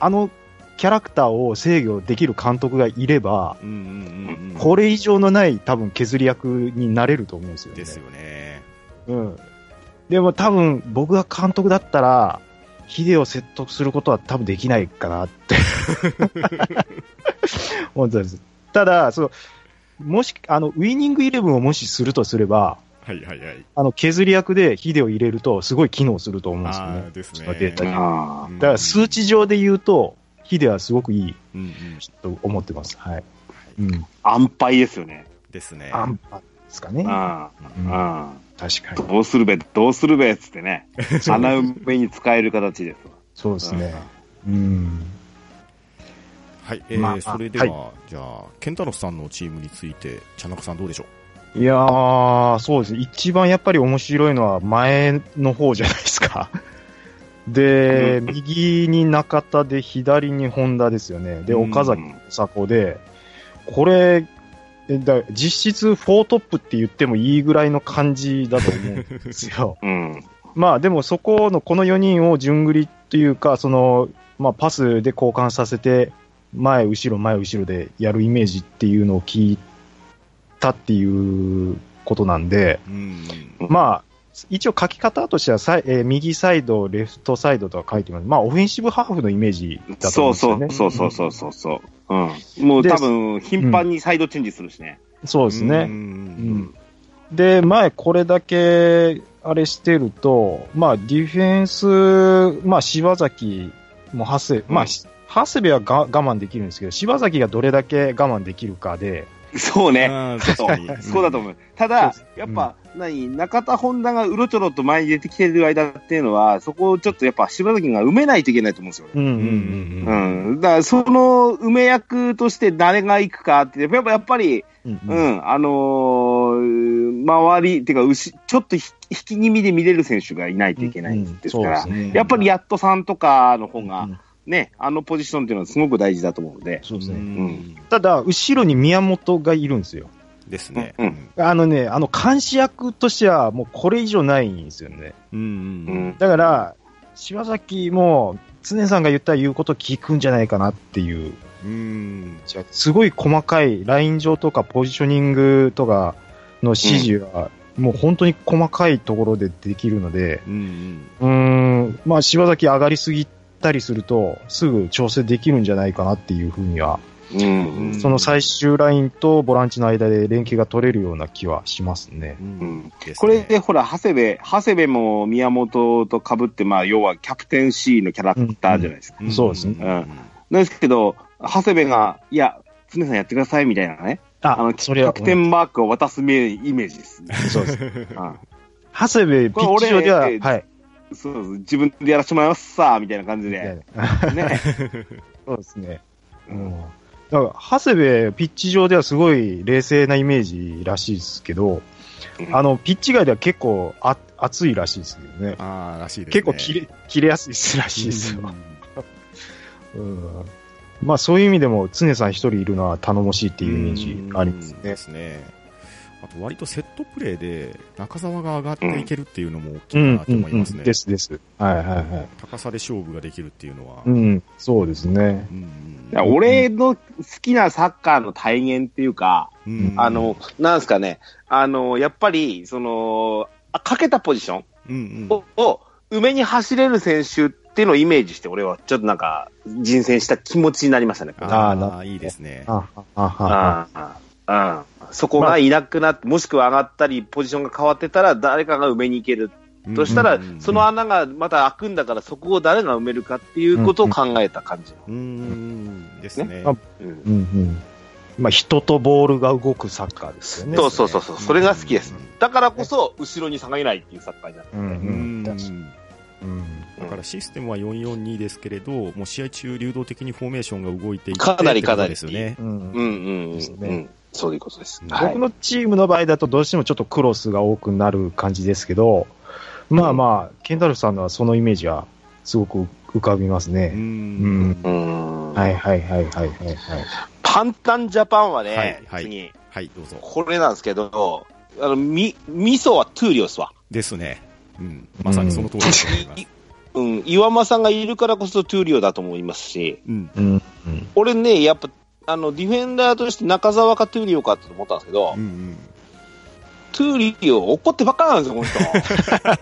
A: あのキャラクターを制御できる監督がいれば、
C: うんうんうんうん
A: これ以上のない多分削り役になれると思うんですよね。
C: ですよね。
A: うん。でも多分僕が監督だったら、ヒデを説得することは多分できないかな って。思ったんです。ただ、その、もし、あの、ウィニングイレブンをもしするとすれば、
C: はいはいはい。
A: あの、削り役でヒデを入れると、すごい機能すると思うんですよ
C: ああ
A: ね。
C: ですね。
A: データに
B: あ
C: うん
A: だから数値上で言うと、ヒデはすごくいい
C: うんうん。
A: と思ってます。はい。うん。
B: あ、安牌ですよね。
C: ですね。
A: アンパンですかね。
B: あ
A: う
B: あ、
A: ん
B: あ
A: 確か
B: あ、どうするべ、どうするべっつっ てね、
A: に。
B: 穴埋めに使える形ですわ。
A: そうですね。うん。
C: はい、えー
A: まあ
C: それでは、じゃあ、ケンタロスさんのチームについて、茶中さんどうでしょ
A: いやー、そうです。一番やっぱり面白いのは前の方じゃないですか。 で、右に中田で、左に本田ですよね。で、
C: うん
A: 岡崎、大迫で、これ、えだ実質フォートップって言ってもいいぐらいの感じだと思うんです よ。
B: うん。
A: まあでもそこのこの4人を順繰りというか、その、まあパスで交換させて、前後ろ前後ろでやるイメージっていうのを聞いたっていうことなんで、
C: う。うん。
A: まあ、一応書き方としてはさい、えー右サイド、レフトサイドとは書いてます。まあオフェンシブハーフのイメージだと
B: そ
A: 思うん
B: う
A: ですよ
B: そ
A: ね。
B: うそうそうそうそうそう。うん。もう
A: で
B: 多分、頻繁にサイドチェンジするしね。
A: そう
C: そ
A: ですね。
C: ん。
A: で、前これだけ、あれしてると、まあ、ディフェンス、まあ、柴崎も長谷、
B: うん
A: まあ、し長谷部はが我慢できるんですけど、柴崎がどれだけ我慢できるかで、
B: そうね。
C: あー確かに。
B: そうだと
C: う。
B: 思う。ただ
A: そ、
B: やっぱ、何、中田本田がうろちょろと前に出てきてる間っていうのは、そこをちょっとやっぱ柴崎が埋めないといけないと思うんですよね。
A: うんう
C: う
A: ん
C: んうん
B: う
C: うん。
B: ん。だから、その埋め役として誰が行くかって、やっぱやっぱり、
A: うん。うんう
B: う
A: ん
B: ん、あのー周り、てか、うしちょっと引き引き気味で見れる選手がいないといけないですから、
A: うんうんそうですね
B: やっぱりやっとさんとかの方が、
A: うん
B: ね、あのポジションっていうのはすごく大事だと思うので、
A: そうです
C: う
A: ね。
C: ん。
A: ただ、後ろに宮本がいるんですよ。
C: ですね。
B: うん
A: あのね、あの、監視役としては、もうこれ以上ないんですよね。
C: うんう
B: うんん。
A: だから、柴崎も、常さんが言ったら言うこと聞くんじゃないかなっていう
C: うん。
A: すごい細かいライン上とかポジショニングとかの指示は、もう本当に細かいところでできるので、
C: うんうん。
A: うーん、まあ、柴崎上がりすぎたりすると、すぐ調整できるんじゃないかなっていうふうには、
B: う
C: うん
B: ん、
A: その最終ラインとボランチの間で連携が取れるような気はしますね。
C: うん
B: うん
C: ですね
B: これで、ほら、長谷部、長谷部も宮本と被って、まあ、要はキャプテン C のキャラクターじゃないですか。
C: ん
A: そうですね
C: ん
B: なんですけど、長谷部が、いや、常さんやってくださいみたいなね、あの、
A: あ、
B: キ
A: それ
B: ャ
A: は
B: プ、テンマークを渡すイメージです、ね。
A: そう です。
B: うん
A: 長谷部、ピッチ上では、
B: こ
A: は
B: れ
A: い
B: 俺。そうそう自分でやらせてもらいますさみたいな感じで。ね。
A: そうですね。うん。だから、長谷部、ピッチ上ではすごい冷静なイメージらしいですけど、
B: うん
A: あの、ピッチ外では結構あ熱いらしいですけどね。
C: ああ、らしいですね。
A: 結構切れ、切れやすいらしいです
C: う
A: よ。
C: ん
A: うん。まあ、そういう意味でも、常さん一人いるのは頼もしいっていうイメージあります
C: うん
A: ね
C: で。すね。あと割とセットプレーで中澤が上がっていけるっていうのも大きいなと
A: うん、
C: 思い
A: うん、
C: ますね。
A: です、です。はい、はい、はい。
C: 高さで勝負ができるっていうのは。
A: う
C: うん
A: ん、そうですね。
C: うん
B: いや俺の好きなサッカーの体現っていうか、
C: うん
B: あの、なんですかね、あの、やっぱり、その、あかけたポジション
C: うんうん
B: を、を梅に走れる選手っていうのをイメージして、俺はちょっとなんか、人選した気持ちになりましたね。
A: あーなるほ
C: ああ、いいですね。
A: あ、あ、あ、あ、
B: ああああそこがいなくなって、もしくは上がったり、ポジションが変わってたら、誰かが埋めに行ける。としたら、その穴がまた開くんだから、そこを誰が埋めるかっていうことを考えた感じの。
C: うんうん、ですね。
A: あ
B: う
A: う
B: ん
A: ん、うん。まあ、人とボールが動くサッカーですよね。
B: そうそうそうそう、それが好きです
C: うん。
B: だからこそ、後ろに下がれないっていうサッカーになる。
A: う、
C: うんん
A: うん。うん
C: だからシステムは442ですけれど、もう試合中流動的にフォーメーションが動いていて
B: かなりかなり
C: ってことですよね。
A: うん
B: うんうんうん
A: ですね
B: うん。そういうことです。はい
A: 僕のチームの場合だとどうしてもちょっとクロスが多くなる感じですけど、まあまあ、ケンタルフさんのはそのイメージはすごく浮かびます
C: う
A: ね。
C: ん
B: う。ん
A: はいはいはいはいはい、はい。
B: パンタンジャパンはね、
C: はいはい
B: 次、
C: はい、どうぞ。
B: これなんですけど、あの、み、味噌はトゥーリオスは。
C: ですね。うん。まさにその通りだと思います。
B: うん、岩間さんがいるからこそトゥーリオだと思いますし、
C: うん。
A: うん。
B: 俺ね、やっぱ、あの、ディフェンダーとして中澤かトゥーリオかって思ったんですけど、
C: うんうん。
B: トゥーリオ怒ってばっかなんですよ、この人。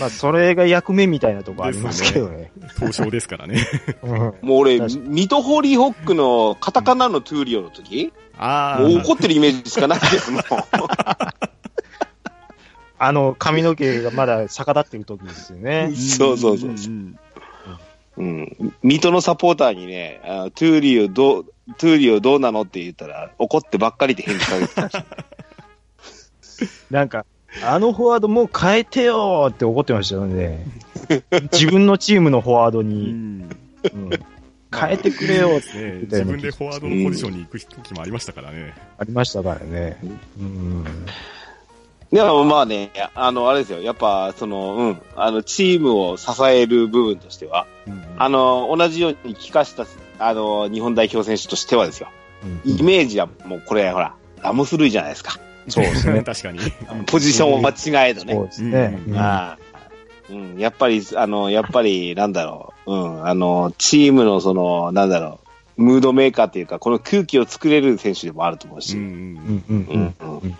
A: まあ、それが役目みたいなとこありますけどね。
C: 東証ですからね。
A: うん
B: もう俺、
A: 確か
B: ミトホリーホックのカタカナのトゥーリオの時、
C: ああ。
B: もう怒ってるイメージしかないですもん。
A: あの、髪の毛がまだ逆立ってる時ですよね。
B: そうそうそう。うん。水戸のサポーターにね、あトゥーリーをどう、トゥーリーをどうなのって言ったら、怒ってばっかりで返事かけてた。
A: なんか、あのフォワードもう変えてよーって怒ってましたよね。自分のチームのフォワード
C: う
A: に、
C: ん
A: うん変えてくれよーって
C: ね自分でフォワードのポジションに行く時もありましたからね。
A: ありましたからね。うん。
B: でもまあね、あの、あれですよ。やっぱ、その、うん、あの、チームを支える部分としては、あの、同じように聞かした、あの、日本代表選手としてはですよ。イメージはもうこれ、ほら、ラモス類じゃないですか。
A: そうですね
C: 確かに。
B: ポジションを間違えるね。
A: そうですね。
C: うん
A: うん
B: ああうん、やっぱり、あの、やっぱり、なんだろう、うん、あの、チームの、その、なんだろう、ムードメーカーっていうか、この空気を作れる選手でもあると思う
C: う
B: し、
A: うんんうん
B: う
A: うんん、
B: うん、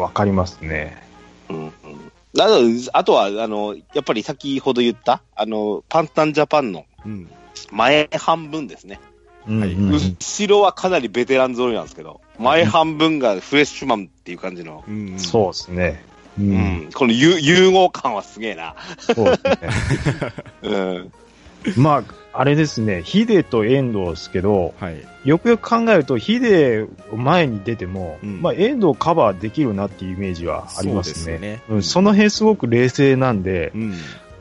A: わかりますね。
B: うん、うん。あとあとは、あの、やっぱり先ほど言った、あの、パンタンジャパンの
C: うん。
B: 前半分ですね。
A: は
C: はい
B: 後ろはかなりベテラン揃いなんですけど、前半分がフレッシュマンっていう感じの、
C: うん。
A: そうですね。う、
B: うんん、この融融合感はすげえな。
A: そうですね。
B: うん、
A: まあ、あれですね、ヒデと遠藤ですけど、
C: はい。
A: よくよく考えると、ヒデを前に出ても、
C: うん
A: まあ、遠藤をカバーできるなっていうイメージはあります
C: そう
A: ね。
C: で
A: うん、その辺すごく冷静なんで、
C: うん。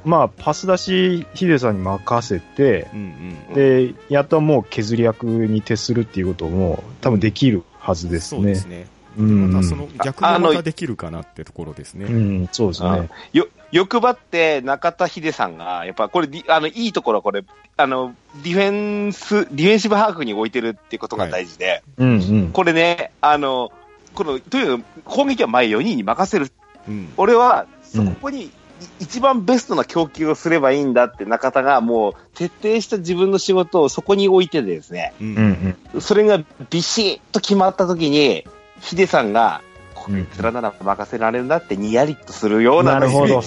A: まあ、パス出し、ヒデさんに任せて、
C: うんうん。
A: で、やっともう削り役に徹するっていうことも、多分できるはずです
C: そうで
A: ね
C: す。ね。
A: うん
C: またその逆がまたできるかなってところです
A: う
C: ね。
A: ん、そうですね。
B: よ、欲張って中田秀さんが、やっぱこれディ、あの、いいところはこれ、あの、ディフェンス、ディフェンシブ把握に置いてるってことが大事で、
A: うん、うん。
B: これね、あの、この、という攻撃は前4人に任せる。
C: うん。
B: 俺は、そこに、い一番ベストな供給をすればいいんだって中田がもう徹底した自分の仕事をそこに置いてですね、
C: う
A: うん、う。ん。
B: それがビシッと決まった時に、ヒデさんが、こいつらなら任せられるなってニヤリとするような
A: なるほ ど。
C: は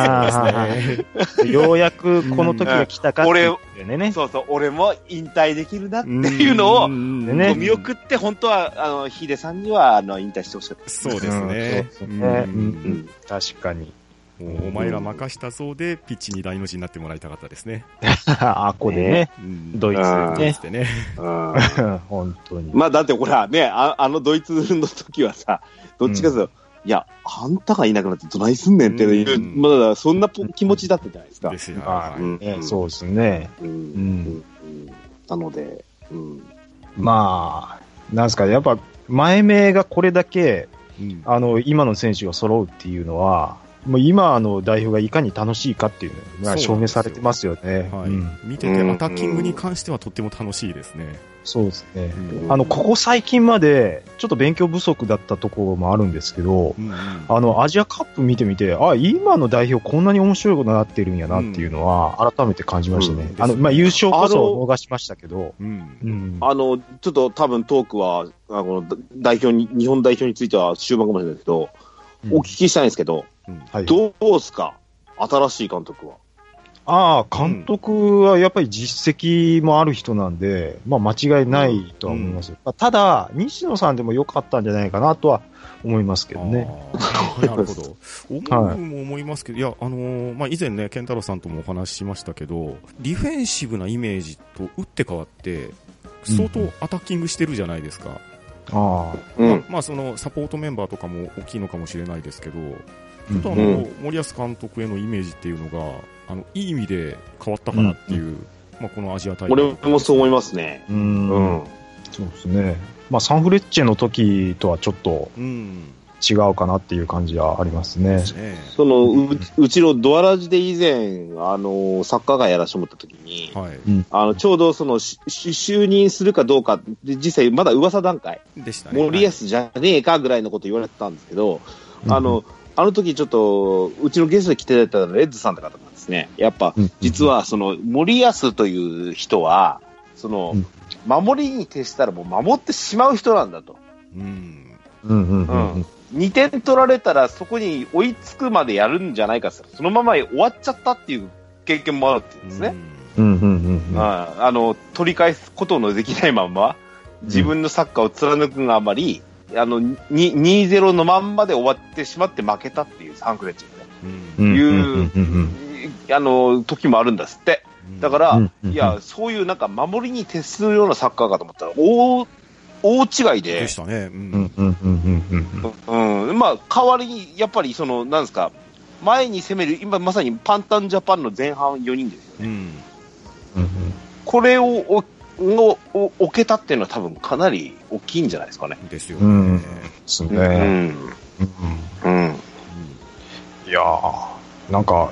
A: あ
C: い。
A: あ、ようやくこの時が来たかっていうね。ね
B: そうそう、俺も引退できるなっていうのを、こ
A: ね
B: う見送って、本当は、あの、ヒデさんには、あの、引退してほしかった。
C: そうで
A: うん
C: すね。
A: そうですね
C: う
A: うんん確かに。
C: もうお前ら任したそうで、ピッチに大の字になってもらいたかったですね。
A: あ、ここでね、
C: うん
A: ドイツ
B: あ
A: で
C: で
A: ね。
C: すね。
A: 本当に。
B: まあ、だってほら、ね、ああのドイツの時はさ、どっちかというと、いや、あんたがいなくなってどないすんねんっていう、
C: うん
B: まあだからそんなぽ気持ちだったじゃないですか
C: で。すよ。
A: まあ
C: はい
A: ね
B: うん
A: そうですね。
B: うん
A: ん
B: うんなので、うん
A: まあ、なんですか、やっぱ前目がこれだけ、
C: うん
A: あの、今の選手が揃うっていうのは、もう今の代表がいかに楽しいかっていうのが証明されてますよね。
C: は
A: う
C: い
A: ん。
C: 見てて、アタッキングに関してはとっても楽しいですね。
A: そうですね。
C: うん
A: あの、ここ最近まで、ちょっと勉強不足だったところもあるんですけど、
C: うんうん
A: あの、アジアカップ見てみて、あ、今の代表こんなに面白いことになってるんやなっていうのは、改めて感じましたね。
C: うん
A: あの、まあ、優勝こそ逃しましたけど、
C: うん
A: うん。
B: あの、ちょっと多分トークは、あの代表に、日本代表については終盤かもしれないですけど、
A: うん
B: お聞きしたいんですけど、
A: はい、
B: どうすか、新しい監督は。
A: ああ、監督はやっぱり実績もある人なんで、まあ、間違いないとは思いますよ、まあ、ただ、西野さんでも良かったんじゃないかなとは思いますけどね。
C: あーなるほど。思うも思いますけど、いや、あのーまあ、以前ね、健太郎さんともお話ししましたけど、ディフェンシブなイメージと打って変わって、相当アタッキングしてるじゃないですか。
A: ああ、
B: うん。
C: まあ、その、サポートメンバーとかも大きいのかもしれないですけど、
A: う
C: ちょっとあの、
A: ん
C: 森保監督へのイメージっていうのが、あの、いい意味で変わったかなっていう、まあ、このアジア大会。
B: 俺もそう思いますね。
A: うん
B: うん。
A: そうですね。まあ、サンフレッチェの時とはちょっと
C: うん。
A: 違うかなっていう感じはありますね。
C: ね
B: そのう、うちのドアラジで以前、あの、サッカーがやらしてもらった時に、
C: はい。
B: あの、ちょうどその、しし就任するかどうか、で実際まだ噂段階、
C: でしたね。
B: 森保じゃねえかぐらいのこと言われてたんですけど、
A: うん
B: あの、あの時ちょっと、うちのゲストで来ていただいたレッズさんって方なんですね。やっぱ、
A: うん
B: 実、はその、森保という人は、その
A: うん、
B: 守りに徹したらもう守ってしまう人なんだと。
C: うん。
A: うんうんうんうん
B: 2点取られたらそこに追いつくまでやるんじゃないかそのまま終わっちゃったっていう経験もあるっていうんですね、
A: うんうんうんうん
B: あああの取り返すことのできないまま自分のサッカーを貫くがあまり、あの、に2-0のまんまで終わってしまって負けたっていうサンフレッチェね。
C: うん
A: うん
B: いう
A: うんうんうん
B: あの、時もあるんですって。だか
A: う
B: ら
A: ん、うんうん
B: いや、そういうなんか守りに徹するようなサッカーかと思ったら、大、大違いで
C: でし、た
A: う
C: ね。う
A: んんうんうんうんうんうん
B: うん、まあ、代わりに、やっぱりその、なんですか、前に攻める、今まさにパンタンジャパンの前半4人ですよね。
C: うん
A: うん
B: これを、おを、お置けたっていうのは多分かなり大きいんじゃないですかね。
C: ですよ
A: う
C: ね
A: ん。ですね。うん
B: うん。
A: いやーなんか、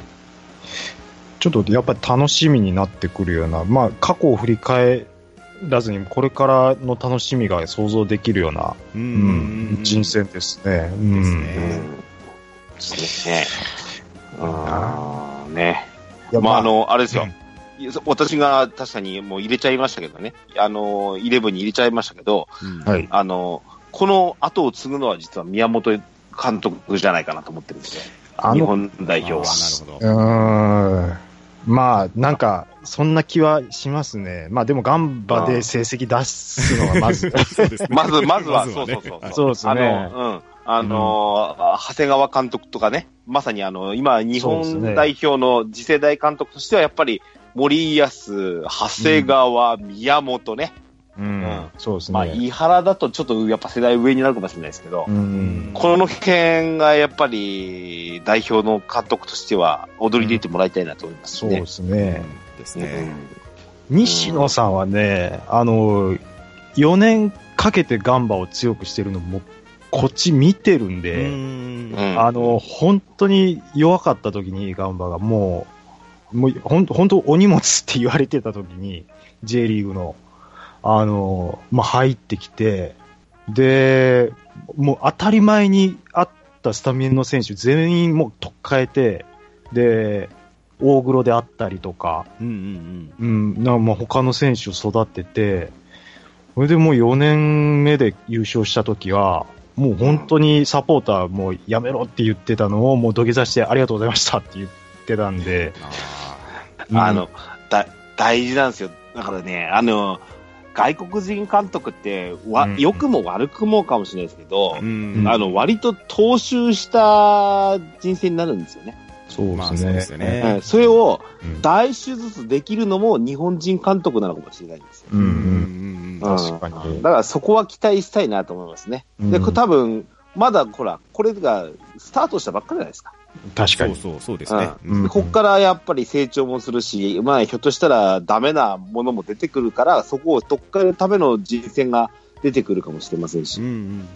A: ちょっとやっぱり楽しみになってくるような、まあ、過去を振り返らずに、これからの楽しみが想像できるような、
C: う
A: うん
C: ん
A: 人生ですね。う
C: です
A: ん、
B: う
C: ね
B: ん。ですね。あーね。
A: いや
B: まあ、
A: ま
B: あ
A: あ、
B: の、あれですよ
C: うん。
B: いやそ私が確かにもう入れちゃいましたけどね。あの、イレブンに入れちゃいましたけど、
C: うん
A: はい。
B: あの、この後を継ぐのは実は宮本監督じゃないかなと思ってるんですよ。
A: あ
B: 日
A: の、
B: 本代表は。
C: あーなるほ
A: うーん。まあ、なんか、そんな気はしますね。まあ、でも、ガンバで成績出すのはまず、
C: ど。そうですね
B: ま ず、まずは、
C: ま
B: そう
C: ね
B: そうそう。
A: そうですね
B: あの、うん。あのー、長谷川監督とかね、まさにあの、今、日
A: そうです
B: 本
A: ね
B: 代表の次世代監督としては、やっぱり、森安、長谷川、宮本ね。
A: うん、そうですね。
B: まあ、井原だとちょっとやっぱ世代上になるかもしれないですけど
A: う、ん。
B: この辺がやっぱり代表の監督としては踊り出てもらいたいなと思います
A: そうで
B: ね。
A: す
C: うん
A: ね。
C: です
B: うん
C: ね。
A: 西野さんはね、あの、4年かけてガンバを強くしてるのも、こっち見てるん
C: う
A: で、
C: ん
B: うん
A: あの、本当に弱かった時にガンバがもう、もうほん本当お荷物って言われてた時に、J リーグの、あの、まあ、入ってきて、で、もう当たり前にあったスタメンの選手全員もう取っ替えて、で、大黒であったりとか、
C: うんうん
A: うん、なまあ他の選手を育てて、それでもう4年目で優勝したときは、もう本当にサポーターもうやめろって言ってたのを、もう土下座してありがとうございましたって言ってたんで、
C: うん。あ
B: あの、だ、大事なんですよ。だからね、あの、外国人監督って、わ、
A: うん
B: 良くも悪くもかもしれないですけど
C: ー、うん
B: あの、割と踏襲した人生になるんですよね。
A: そう
C: まあ
A: で
C: そうですすよ
A: ね。
C: ね。
B: うんそれを
A: うん
B: 大手術できるのも日本人監督なのかもしれないんですよ。
A: う
C: うんんう
A: うん
C: ん
B: うん
A: 確かに
B: だからそこは期待したいなと思いますね。
A: うん
B: で、これ多分、まだほら、これがスタートしたばっかりじゃないですか。
A: 確か
C: そう
A: に。
C: そう、そうですね。
A: う
B: で
A: ん
B: ここからやっぱり成長もするし、まあ、ひょっとしたらダメなものも出てくるから、そこを取っ換えるための人選が出てくるかもしれません
C: う
B: し
C: ん。うん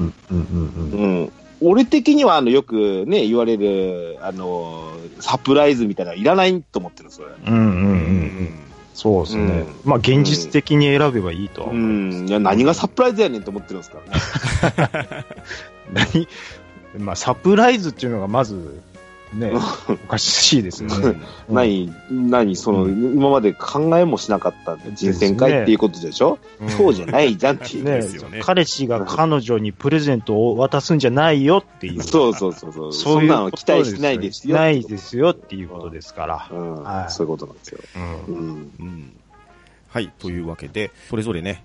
A: うんうんうん
B: う
A: うん
B: ん。俺的には、あの、よくね、言われる、あの、サプライズみたいなのいらないと思ってるんですよ。
A: うんうんう
C: うんん
A: うんそうですね。まあ現実的に選べばいいとは
B: う
A: 思います。
B: ん。いや、何がサプライズやねんと思ってるんですからね。
A: 何 まあサプライズっていうのがまず、ね、おかしいですよ ね。うん
B: 何、何、その、
A: う
B: 今まで考えもしなかった人選
A: です
B: 会
A: ね
B: っていうことでしょ、
C: うん
B: そうじゃないじゃんっていう。
A: ね
C: ですよね
A: 彼氏が彼女にプレゼントを渡すんじゃないよっていう。
B: そうそうそうそう。そ
A: い
B: ん
A: う
B: なの期待しないですよ。
A: ないですよっていうことですから
B: う。ん、
A: はい
B: そういうことなんですよ。
A: うん
B: うん。
C: うんはい、というわけで、それぞれね、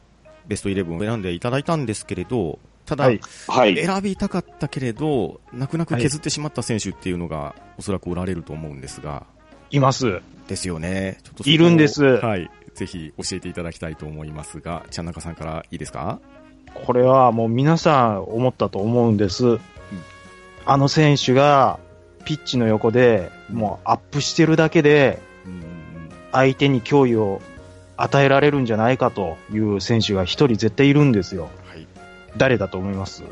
C: ベストイレブンを選んでいただいたんですけれど、ただ、
A: はい
B: はい。
C: 選びたかったけれど、泣く泣く削ってしまった選手っていうのが、おそらくおられると思うんですが、
A: います。
C: ですよね。ちょっとそこを
A: いるんです
C: はい。ぜひ教えていただきたいと思いますが、ちゃんなかさんからいいですか
A: これはもう皆さん思ったと思うんです。あの選手がピッチの横でもうアップしてるだけで
C: うん。
A: 相手に脅威を与えられるんじゃないかという選手が一人絶対いるんですよ。
C: はい。
A: 誰だと思います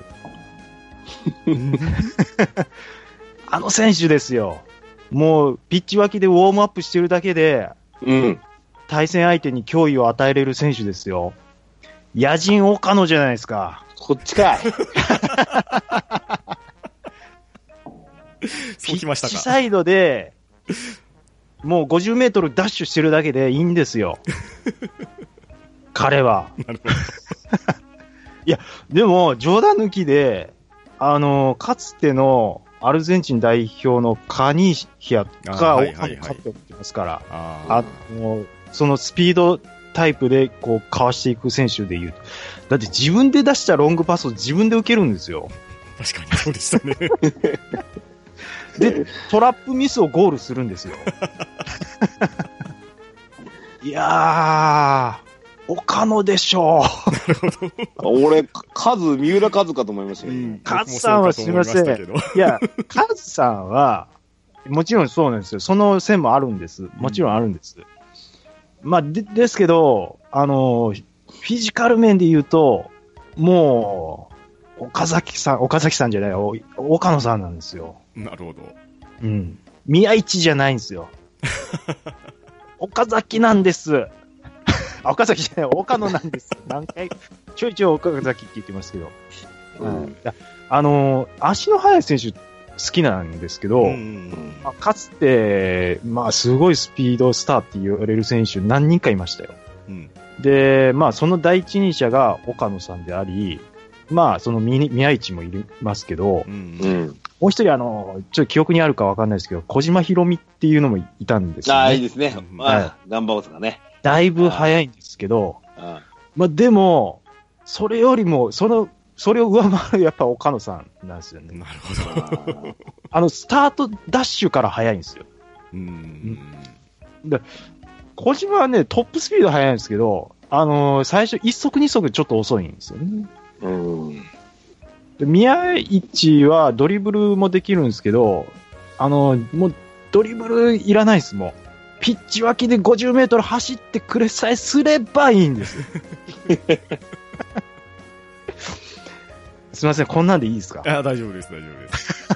A: あの選手ですよ。もうピッチ脇でウォームアップしてるだけで
B: うん。
A: 対戦相手に脅威を与えれる選手ですよ。野人岡野じゃないですか。
B: こっちかい。
C: そうきました
A: ピッチ
C: か。
A: サイドで、もう50メートルダッシュしてるだけでいいんですよ。彼は。 いや、でも、冗談抜きで、あの、かつてのアルゼンチン代表のカニヒア
C: あ
A: が、
C: は
A: はい
C: はいはい
A: 勝っておりますから、
C: あ
A: あの、そのスピードタイプでこうかわしていく選手でいうと、だって自分で出したロングパスを自分で受けるんですよ。
C: 確かにそうでしたね。
A: で、トラップミスをゴールするんですよ。いやー、岡野でしょ
B: 俺、カズ、三浦カズかと思いましたよ。
A: カズさんはすみません。
C: 僕もそうかと思いましたけど
A: う。いや、カズさんは、もちろんそうなんですよ。その線もあるんです。もちろんあるんです。まあ、で、ですけど、あの、フィジカル面で言うと、もう、岡崎さん、岡崎さんじゃない、お岡野さんなんですよ。
C: なるほど。
A: うん。宮市じゃないんです よ。岡崎なんです。あ岡崎じゃない、岡野なんです。何回、ちょいちょい岡崎って言ってますけど。うん、あのー、足の速い選手好きなんですけど、
C: ん
A: まあ、かつて、まあ、すごいスピードスターって言われる選手何人かいましたよ。
C: うん。
A: で、まあ、その第一人者が岡野さんであり、まあ、その宮宮市もいますけど、
C: うん
B: う。ん。
A: もう一人、あの、ちょっと記憶にあるかわかんないですけど、小島ひ美っていうのもいたんです
B: あ
A: よ、
B: あ、いい
A: ね。
B: ですね
C: う。ん
B: まあ、ガンバ大阪ね。
A: だいぶ早いんですけど、
B: うん
A: まあ、でも、それよりも、その、それを上回るやっぱ岡野さんなんですよね。
C: なるほど。
A: あの、スタートダッシュから早いんですよ。
C: うん。
A: 小島はね、トップスピード速いんですけど、あのー最初、一足二足ちょっと遅いんですよね。
B: うん。
A: で宮市はドリブルもできるんですけど、あのーもうドリブルいらないです、もう。ピッチ脇で50メートル走ってくれさえすればいいんですよ。すみません、こんなんでいいですか
C: あ大丈夫です、大丈夫です。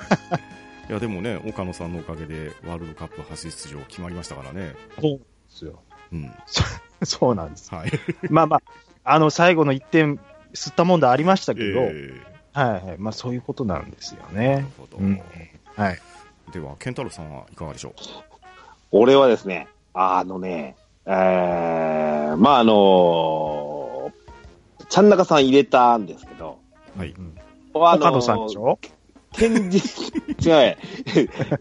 C: いや、でもね、岡野さんのおかげでワールドカップ初出場決まりましたからね。
A: そうですよ。
C: うん。
A: そうなんです。
C: はい。
A: まあまあ、あの、最後の1点、吸ったもんだありましたけど、
C: ええ
A: はいはい。まあ、そういうことなんですよ
C: な
A: ね
C: る。ほど。
A: うんはい。
C: では、ケンタロウさんはいかがでしょ
B: 俺はですね、あのね、えー、まああのー、ちゃん中さん入れたんですけど、
C: うはい。
A: うん
B: あのー
A: 岡野さんでしょ
B: 堅実、違う、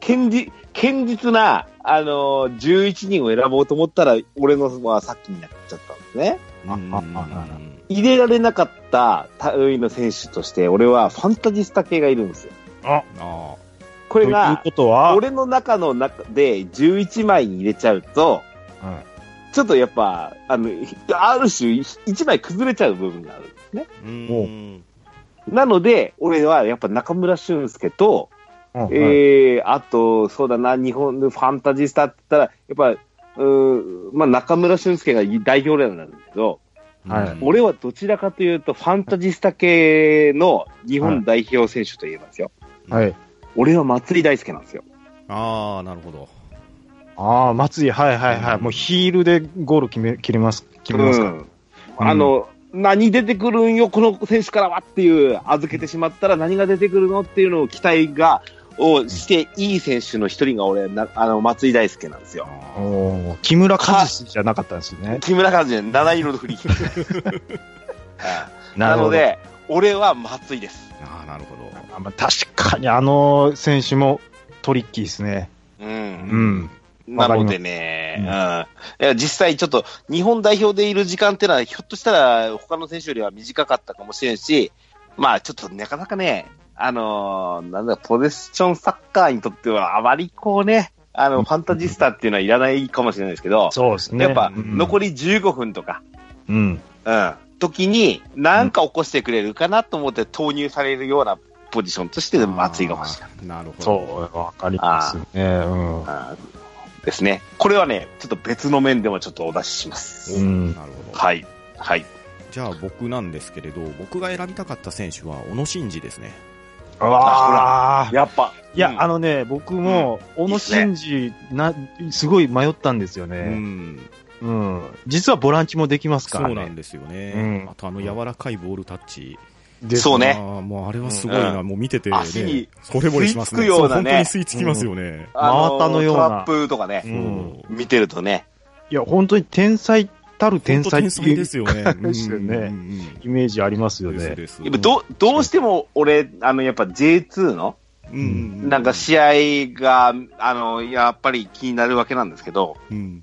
B: 堅実、堅実な、あのー、11人を選ぼうと思ったら、俺のはさっきになっちゃったんですね。
A: あ
C: うん
A: あああ
B: 入れられなかった類の選手として、俺はファンタジスタ系がいるんですよ。
C: あ
B: ことれ
A: いう
B: が、
A: ことは、
B: 俺の中の中で11枚に入れちゃうと、
A: うん
B: ちょっとやっぱ、あの、ある種、一枚崩れちゃう部分があるんですね。
C: ーうん。
B: なので、俺はやっぱ中村俊輔と、
A: うんうん
B: えー、あと、そうだな、日本のファンタジスタって言ったら、やっぱ、うーんまあ、中村俊輔が代表例なんですけど、
A: はい
C: うん
B: 俺はどちらかというと、ファンタジスタ系の日本代表選手といえばですよ。
A: はい。
B: 俺は松井大輔なんですよ。
C: ああ、なるほど。
A: ああ、松井、はいはいはい。もうヒールでゴール決め、切れます、決めます
B: う
A: か。
B: んあの、何出てくるんよ、この選手からはっていう、預けてしまったら何が出てくるのっていうのを期待が、をしていい選手の一人が俺、なあの、松井大輔なんですよ。
C: あー
A: おー木村和志じゃなかったんですね。
B: 木村和也、七色のフリーキ ックああな
A: るほ
B: の
A: ど。
B: で、俺は松井です。
C: あー、なるほど。
A: あまあ確かにあの選手もトリッキーですね。
B: う。
C: うん
A: ん。
B: なのでね、
A: わ
B: うん、い
A: か
B: や実際ちょっと日本代表でいる時間ってのは、ひょっとしたら他の選手よりは短かったかもしれんし、まあちょっとなかなかね、あのーなんだ、ポゼッションサッカーにとってはあまりこうね、あ
A: うん
B: の、ファンタジスタっていうのはいらないかもしれないですけど、
A: そうですね。
B: やっぱ残
A: り、
B: り15分とか、
A: うん。
B: うん、時になんか起こしてくれるかなと思って投入されるようなポジションとして松井が欲しい。
C: あーなるほど。
A: そう、わかりますね。うん。
B: あーですね。これはね、ちょっと別の面でもちょっとお出しします。
A: うん
C: なるほど。
B: はい。はい。
C: じゃあ僕なんですけれど、僕が選びたかった選手は、小野伸二ですね。
A: うわー
B: やっぱ。
A: いや、
B: うん
A: あのね、僕も、小野伸二、な、すごい迷ったんですよ
C: う
A: ね。
C: ん。
A: うん。実はボランチもできますから
C: そ
A: ね。
C: うなんですよね
A: う。ん
C: あとあの柔らかいボールタッチ。
A: です
B: そうね
C: あーもうあれはすごいな。
B: う
C: もう見てて、ね、
B: 足に
C: 惚れ惚れしますね。
B: 吸い付くようなね
C: そ本当に吸い付きますよね。
A: 真綿のような
B: トラップとかね
A: う、
C: そ
A: ん
C: う
B: 見てるとね。
A: いや、本当に天才たる天
C: 天才
A: 才
C: 天
A: ってい
C: 才
A: う
C: ですよね。
A: ですよね
C: うんうんうん
A: イメージありますよ
C: です
A: ね。
C: です。
B: やっぱどうどうしても俺、あの、やっぱ J2 の、
C: うんうんうん
B: なんか試合が、あの、やっぱり気になるわけなんですけど、
C: うん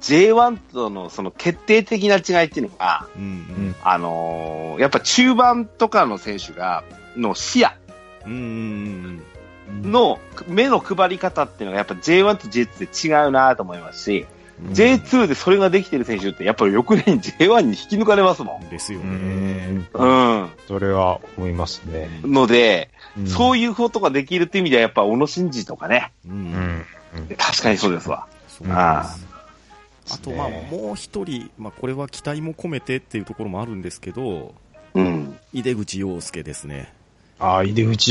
B: J1 とのその決定的な違いっていうのが、
C: うん
B: あのーやっぱ中盤とかの選手が、の視野
C: うん。うんうん
B: の目の配り方っていうのがやっぱ J1 と J2 で違うなと思いますし、
C: うん。
B: J2 でそれができてる選手ってやっぱり翌年 J1 に引き抜かれますもん。
C: ですよ
A: う
C: ね。
A: ん。
B: うん。
A: それは思いますね。
B: ので、そうういうことができるって意味ではやっぱ小野伸二とかね。
C: う
A: い
C: ん
A: うん。
B: 確かにそうですわ。
C: そうなんですあと、まあ、もう一人、まあ、これは期待も込めてっていうところもあるんですけど、
B: うん。
C: 井出口洋介ですね。
A: ああ、井出口。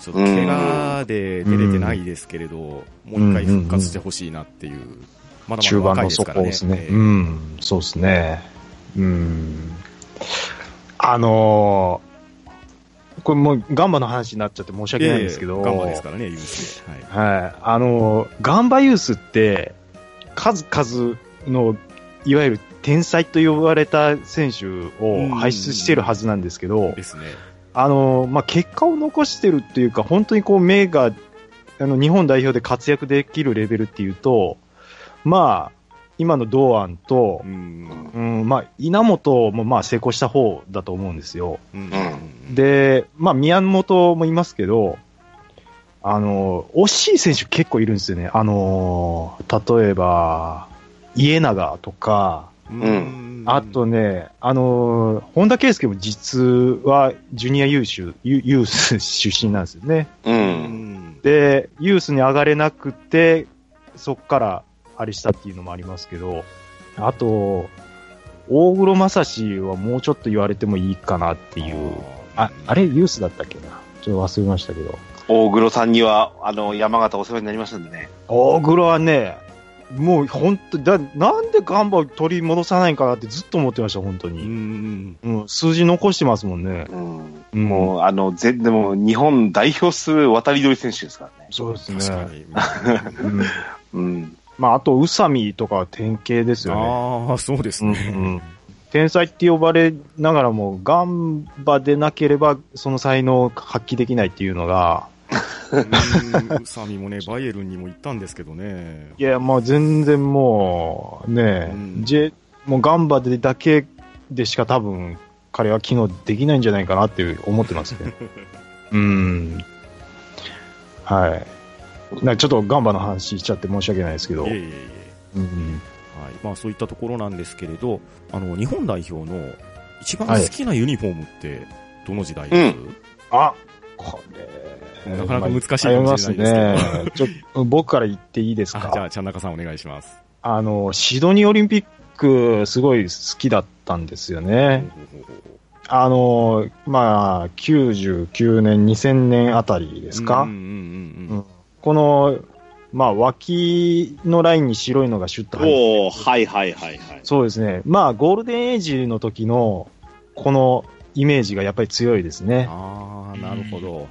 C: ちょっと怪我で出れてないですけれど、もう一回復活してほしいなっていう、まだ
A: 中
C: まだ
A: 盤の
C: 若いです
A: 底
C: からね。
A: ですね。
C: ええ
A: うん、そうですね。うん。あのーこれもうガンバの話になっちゃって申し訳ないんですけど、
C: いやいやガンバですからね、ユースで。はい。
A: はい。あのーガンバユースって、数々の、いわゆる天才と呼ばれた選手を輩出してるはずなんですけど、
C: ですね。
A: あのーまあ、結果を残してるっていうか、本当にこう、目が、あの、日本代表で活躍できるレベルっていうと、まあ、今の堂安と
C: う、ん。
A: うん、まあ、稲本もまあ成功した方だと思うんですよ。
C: うん。
A: で、まあ、宮本もいますけど、あの、惜しい選手結構いるんですよね。あの、例えば、家長とか、
C: うん
A: あとね、あの、本田圭佑も実はジュニア優秀、ユユース出身なんですよね。
B: う。
C: うんん。
A: で、ユースに上がれなくて、そっからあれしたっていうのもありますけど、あと、大黒正史はもうちょっと言われてもいいかなっていう。あ、あれユースだったっけなちょっと忘れましたけど。
B: 大黒さんには、あの、山形お世話になりましたんでね。
A: 大黒はね、もう本当だ、なんでガンバを取り戻さないんかなってずっと思ってました、本当
C: う
A: に。
C: ん。
A: うん、数字残してますもんね。
B: うん。
A: も
B: もう、あの、ぜ、でも、日本代表する渡り鳥選手ですからね
A: う、。そうです
C: 確か
A: ね。
C: に。
A: うん
B: うん。
A: まあ、あと、宇佐美とかは典型ですよね。
C: ああ、そうです
A: うん
C: ね。
A: うん天才って呼ばれながらも、ガンバでなければ、その才能を発揮できないっていうのが、
C: うん。サミもね、バイエルンにも行ったんですけどね。
A: いや、もう全然もう、ねえ、
C: うん
A: J、もうガンバでだけでしか多分、彼は機能できないんじゃないかなっていう思ってます ね。うん。はい。なちょっとガンバの話しちゃって申し訳ないですけ
C: い
A: ど。
C: えいえいえ。
A: うん、
C: はいまあ、そういったところなんですけれど、あの日本代表の一番好きなユニフォームって、どの時代です、
A: あこれ、
C: なかなか難しいかもしれ
A: 迷い
C: ない
A: ま
C: です
A: す
C: けど
A: ね。ちょ僕から言っていいです
C: あ
A: か
C: じゃあ、ちゃん中さん、お願いします。
A: あの、シドニーオリンピック、すごい好きだったんですよね。あの、まあ、99年、2000年あたりで
C: です
A: か。
C: うんうんうんうん
A: この、まあ、脇のラインに白いのがシュッと入って
D: おおはいはいはいはい。
A: そうですね。まあ、ゴールデンエイジの時の、このイメージがやっぱり強いですね。
C: ああ、なるほど。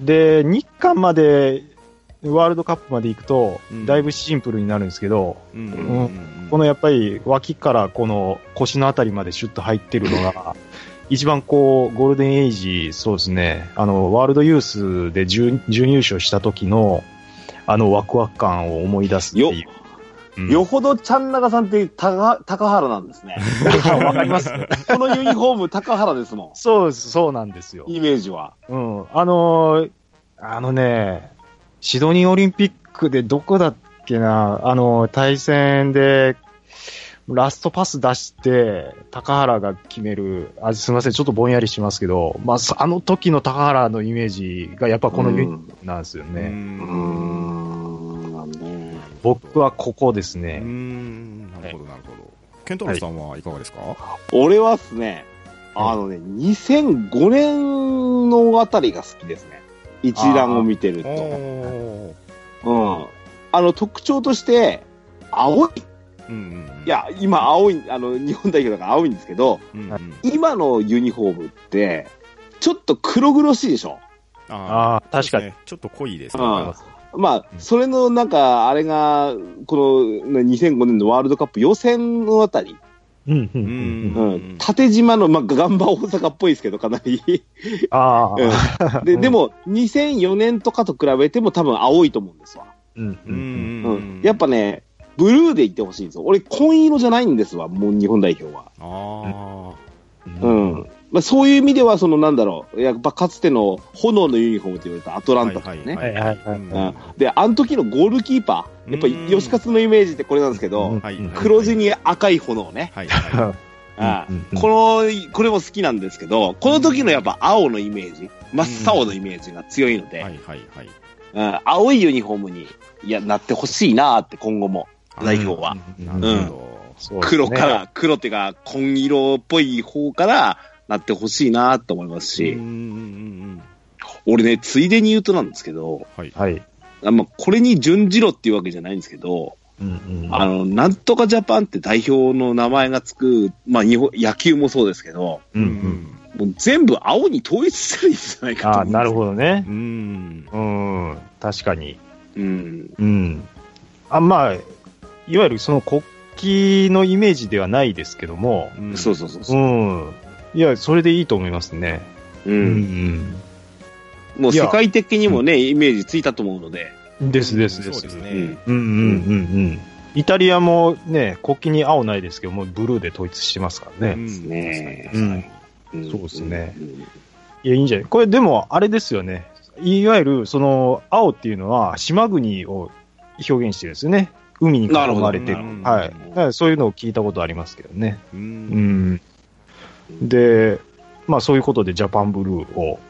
A: で、日韓まで、ワールドカップまで行くと
C: う、ん
A: だいぶシンプルになるんですけど、
C: うんうんうん
A: このやっぱり脇からこの腰のあたりまでシュッと入ってるの が、一番こう、ゴールデンエイジ、そうですね、あの、ワールドユースで準準優勝した時の、あの、ワクワク感を思い出すっていう。うん
B: よほどちゃんなかさんって高、高原なんですね。
A: わかり ます
B: このユニフォーム高原ですも
A: そうです、そうなんですよ
B: ん。。イメージは。
A: うん。あのーあのね、シドニーオリンピックでどこだっけな、あのー対戦で、ラストパス出して、高原が決める、あすみません、ちょっとぼんやりしますけど、まあ、そあの時の高原のイメージがやっぱこのユニフォームなんですよ
C: う
A: ね。
B: うんーん。ね
A: 僕はここです
C: う
A: ね。
C: んなるほど、なるほど。ケンタロウさんはいかがですか、
B: 俺はですね、あのね、2005年のあたりが好きですね。一覧を見てる
C: お
B: と。
C: ー
B: うん。あの、特徴として、青い。
C: うんうんうん
B: い、や、今、青い、あの、日本代表だから青いんですけど、
C: うんうん
B: 今のユニフォームって、ちょっと黒々しいでしょ
C: あ
A: ああ、確
C: ー
A: かに。
C: そうですねちょっと濃いですね。
B: うん
A: あ
B: ま
A: う
B: あ、
A: ん
B: それのなんか、あれが、このね2005年のワールドカップ予選のあたり、
A: うん、うん、う
C: うん
A: ん。
B: うん、縦縞の、まあ、ガンバ大阪っぽいですけど、かなり。
A: ああ、
B: うんででも、2004年とかと比べても多分青いと思うんですわ。
A: うん、う
C: う
A: ん。
C: んうん
B: うん、やっぱね、ブルーでいってほしいんですよ。俺、紺色じゃないんですわ、もう日本代表は。
C: あ
B: うん。まあ、そういう意味では、その、なんだろう、やっぱかつての炎のユニフォームと言われたアトランタとかね。
C: はいはい
A: はいはいはい。
C: ー
B: うんで、あの時のゴールキーパー、やっぱ
C: うん
B: り吉勝のイメージってこれなんですけ
A: う
B: ど
A: ん、
C: はい
B: 黒地に赤い炎ね。
C: はいはいはい
B: あ
A: うんうん
B: この、これも好きなんですけど、この時のやっぱ青のイメージ、真っ青のイメージが強いので、
C: はいはいはい。
B: うん、青いユニフォームにいやなってほしいなーって今後も、代表は。
C: な
A: うん
C: るほど。
A: そうですね
B: 黒から、黒っていうか、紺色っぽい方からなってほしいなーって思いますし、
C: うんうんうんうん
B: 俺ね、ついでに言うとなんですけど、
C: はい。
A: はい。
B: あまあ、これに準じろっていうわけじゃないんですけど、
A: うんうん
B: あの、なんとかジャパンって代表の名前がつく、まあ、日本、野球もそうですけど、
A: う
C: うん
B: もう全部青に統一したらいいんじゃないかと
A: ああ、
B: 思うんですよ
A: なるほどね。
C: んうん。
A: うん、確かに。
B: うん。
A: うん。あ、まあ、いわゆるその国旗のイメージではないですけども、
C: うん
B: そうそうそう
A: う
B: そ
A: ん。いや、それでいいと思いますね。
B: う。う。
A: うんん。
B: もう世界的にもね、イメージついたと思うので。
A: ですですで。
C: そうですす
B: う
C: ね
B: ん。。
A: うんうんうんうん。イタリアもね、国旗に青ないですけども、ブルーで統一してますから
C: う
A: ね。
C: ん
B: すね
C: 確かに確かに
B: ん
A: そうですね。
B: うん
A: いや、いいんじゃないこれでも、あれですよね。いわゆる、その、青っていうのは、島国を表現してるんですよね。海に囲まれてる。
B: なる
C: ほど
A: はい。だからそういうのを聞いたことありますけどね。
C: う。
A: うんん、で、まあそういうことでジャパンブルーを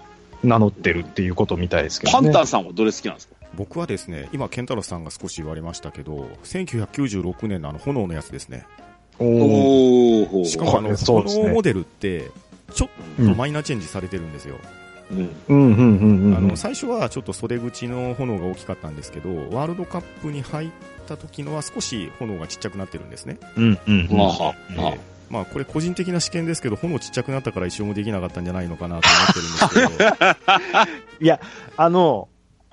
A: 名乗ってるっていうことみたいですけど
B: パ
A: ね。
B: ンタンさんはどれ好きなんですか
C: 僕はですね、今、健太郎さんが少し言われましたけど、1996年のあの炎のやつですね。
A: おー
B: おー。
C: しかもあ
A: は
C: の、
A: いそうですね
C: 炎モデルって、ちょっ
A: う
C: と
A: ん
C: マイナーチェンジされてるんですよ。
B: うん
A: うんうんうんうん。
C: あの、最初はちょっと袖口の炎が大きかったんですけど、ワールドカップに入った時のは少し炎がちっちゃくなってるんですね。
A: うんうんうん
B: まあは
C: え
B: あ
C: ーまあこれ個人的な試験ですけど、炎ちっちゃくなったから一生もできなかったんじゃないのかなと思ってるんですけど、
A: あの、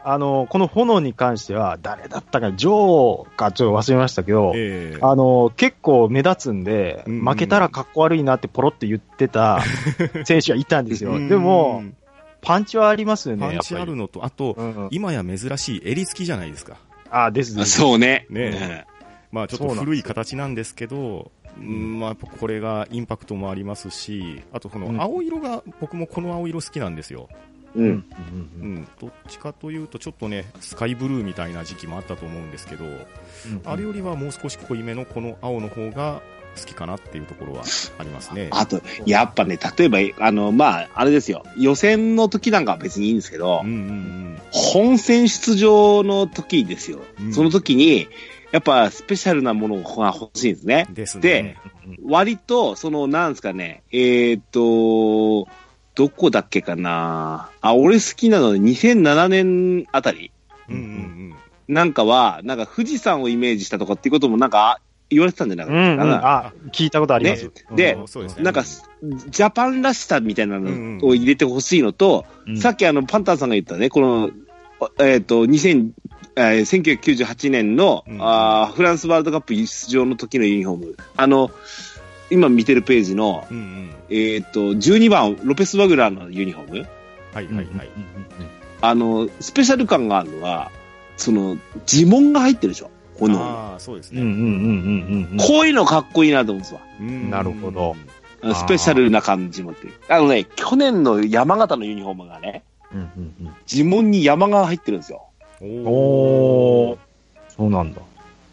A: あの、この炎に関しては、誰だったか、ジョーか、ちょっと忘れましたけど、
C: ええ
A: あの、結構目立つんで、
C: うんうん
A: 負けたらかっこ悪いなってポロって言って た選手がいたんですよ。
C: うん
A: でも、パンチはありますよね、
C: パ
A: や
C: ン
A: っ
C: チ
A: ぱ
C: ある
A: り。
C: のと、あと、
A: うん、
C: 今や珍しい襟付きじゃないですか。
A: あ、ですです。
B: そうね。
C: ねまあちょっと
A: そうなん
C: 古い形なんですけど、うんまあやっぱこれがインパクトもありますし、あとこ
A: うん
C: の青色が、僕もこの青色好きなんですよ。
B: う。
A: うんんうん
C: う
A: うん
C: ん、どっちかというとちょっとね、スカイブルーみたいな時期もあったと思うんですけど、あれよりはもう少し濃いめのこの青の方が好きかなっていうところはありますね。
B: あと、やっぱね、例えば、あの、まあ、あれですよ。予選の時なんかは別にいいんですけど
C: うん、うん
B: 本戦出場の時ですよ
C: う。ん
B: その時に、やっぱスペシャルなものが欲しいんですね
C: う。ん。ですね。
B: で割と、その、なんですかね、えーっと、どこだっけかなあ、俺好きなので2007年あたり
C: うんうん
B: なんかは、なんか富士山をイメージしたとかっていうこともなんか言われてたんじゃなか
A: う
B: った
A: ん
B: か
A: うん、
B: な。
A: あ、聞いたことあります。
C: うん。
B: で
C: うんそうですね。
B: なんか、ジャパンらしさみたいな
C: うん
B: のを入れてほしいのと、
A: うん
B: さっきあの、パンタンさんが言ったね、この、えーっ、と、2000、えー1998年の、
C: うん
B: あーフランスワールドカップ出場の時のユニフォーム。あの、今見てるページの、
C: うんうん。
B: えっ、と、12番、ロペス・ワグラーのユニフォーム。
C: はいはいはい。
B: あの、スペシャル感があるのは、その、呪文が入ってるでしょ、炎の。
C: ああ、そうです
A: うん
C: ね。
A: うんうんうんうん。
B: こういうのかっこいいなと思うんですわ。
C: うん
A: なるほど。
B: あの
A: あー
B: スペシャルな感じもっていう。あのね、去年の山形のユニフォームがね、
A: うんうん
B: 呪文に山が入ってるんですよ。
A: うん
C: お
A: お
C: ー
A: ー、そうなんだ。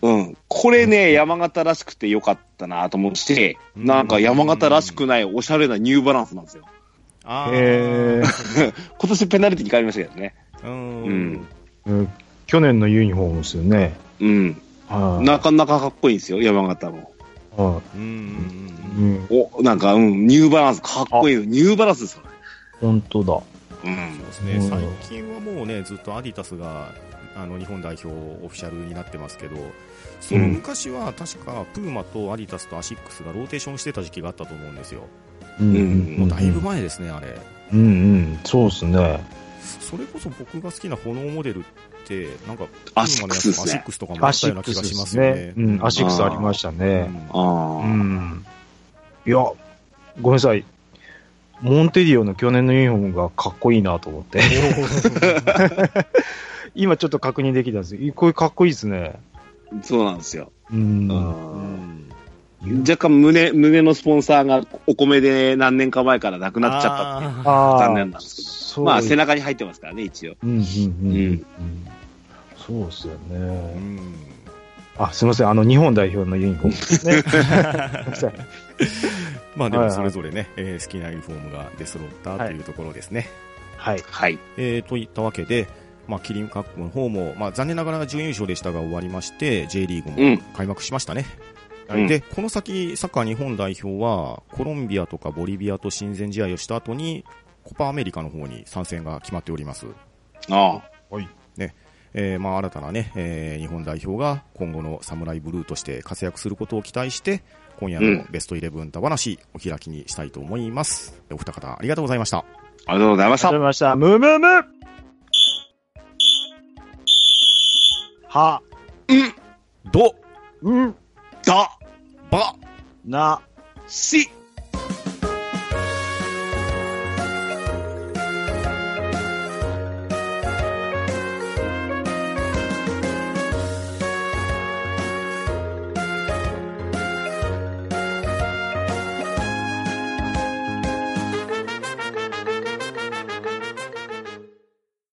B: うん。これね、山形らしくてよかったなと思うし、
C: うん
B: なんか山形らしくないおしゃれなニューバランスなんですよ。
C: あ
A: へ
B: 今年ペナルティに変わりましたけどね。
C: ー うん
B: うん
A: うん去年のユニフォームですよね。
B: うん。
A: はい
B: なかなかかっこいいんですよ、山形も。
A: は
C: うんうん
A: い
C: うん
A: うん
B: お、なんか、うん、ニューバランス、かっこいいの。ニューバランスですよね。
A: 本当だ。
B: うん。
C: そうで
A: う
C: すね。
A: ん
C: 最近はもうね、ずっとアディタスが、あの、日本代表オフィシャルになってますけど、その昔は確か、プーマとアディタスとアシックスがローテーションしてた時期があったと思うんですよ。
A: うん
B: うん
C: もうだいぶ前ですね、あれ。
A: うんうん、そうですね。
C: それこそ僕が好きな炎モデルって、なんか、
B: アシックスですね
C: アシックスとかもあ
A: ア
C: った
A: シ
C: よ
A: ッ
C: うな
A: ク
C: 気
A: ス
C: が
A: で
C: しますすよ
A: ね
C: ね。。
A: うん、アシックスありました
C: う
A: ね。
C: ん
B: あ
A: う
B: あ。
A: ん。いや、ごめんなさい。モンテディオの去年のユニフォームがかっこいいなと思って。 今ちょっと確認できたんですけどこれかっこいいですね。
B: そうなんですよ。
A: うん
B: うん若干胸、胸のスポンサーがお米で何年か前からなく なっちゃったっていう
C: あー
A: あ
B: 残念なんですけ
A: そ
B: ど。
A: う
B: まあ背中に入ってますからね、一応。
A: うんうんうん
B: う
A: うんんそうですよ
C: う
A: ね。
C: ん
A: あ、すみません。あの、日本代表のユニフォームですね。
C: まあでもそれぞれね、えー好きなユニフォームが出揃ったというところですね。
A: はい。
B: はい。
C: えーといったわけで、まあ、キリンカップの方も、まあ、残念ながら準優勝でしたが終わりまして、J リーグ
B: う
C: も
B: ん。
C: 開幕しましたね。
B: うん
C: で、この先、サッカー日本代表は、コロンビアとかボリビアと親善試合をした後に、コパアメリカの方に参戦が決まっております。
B: ああ。
C: えーまあ、新たなね、えー日本代表が今後のサムライブルーとして活躍することを期待して、今夜のベストイレブンだ話、お開きにしたいと思います。お二方、ありがとうございました。
B: ありがとうございまし
A: あ
B: た
A: りがとうござい。ました。ムムムは、
C: ど、
A: ん、
B: だ、
C: ば、
A: な、
B: し、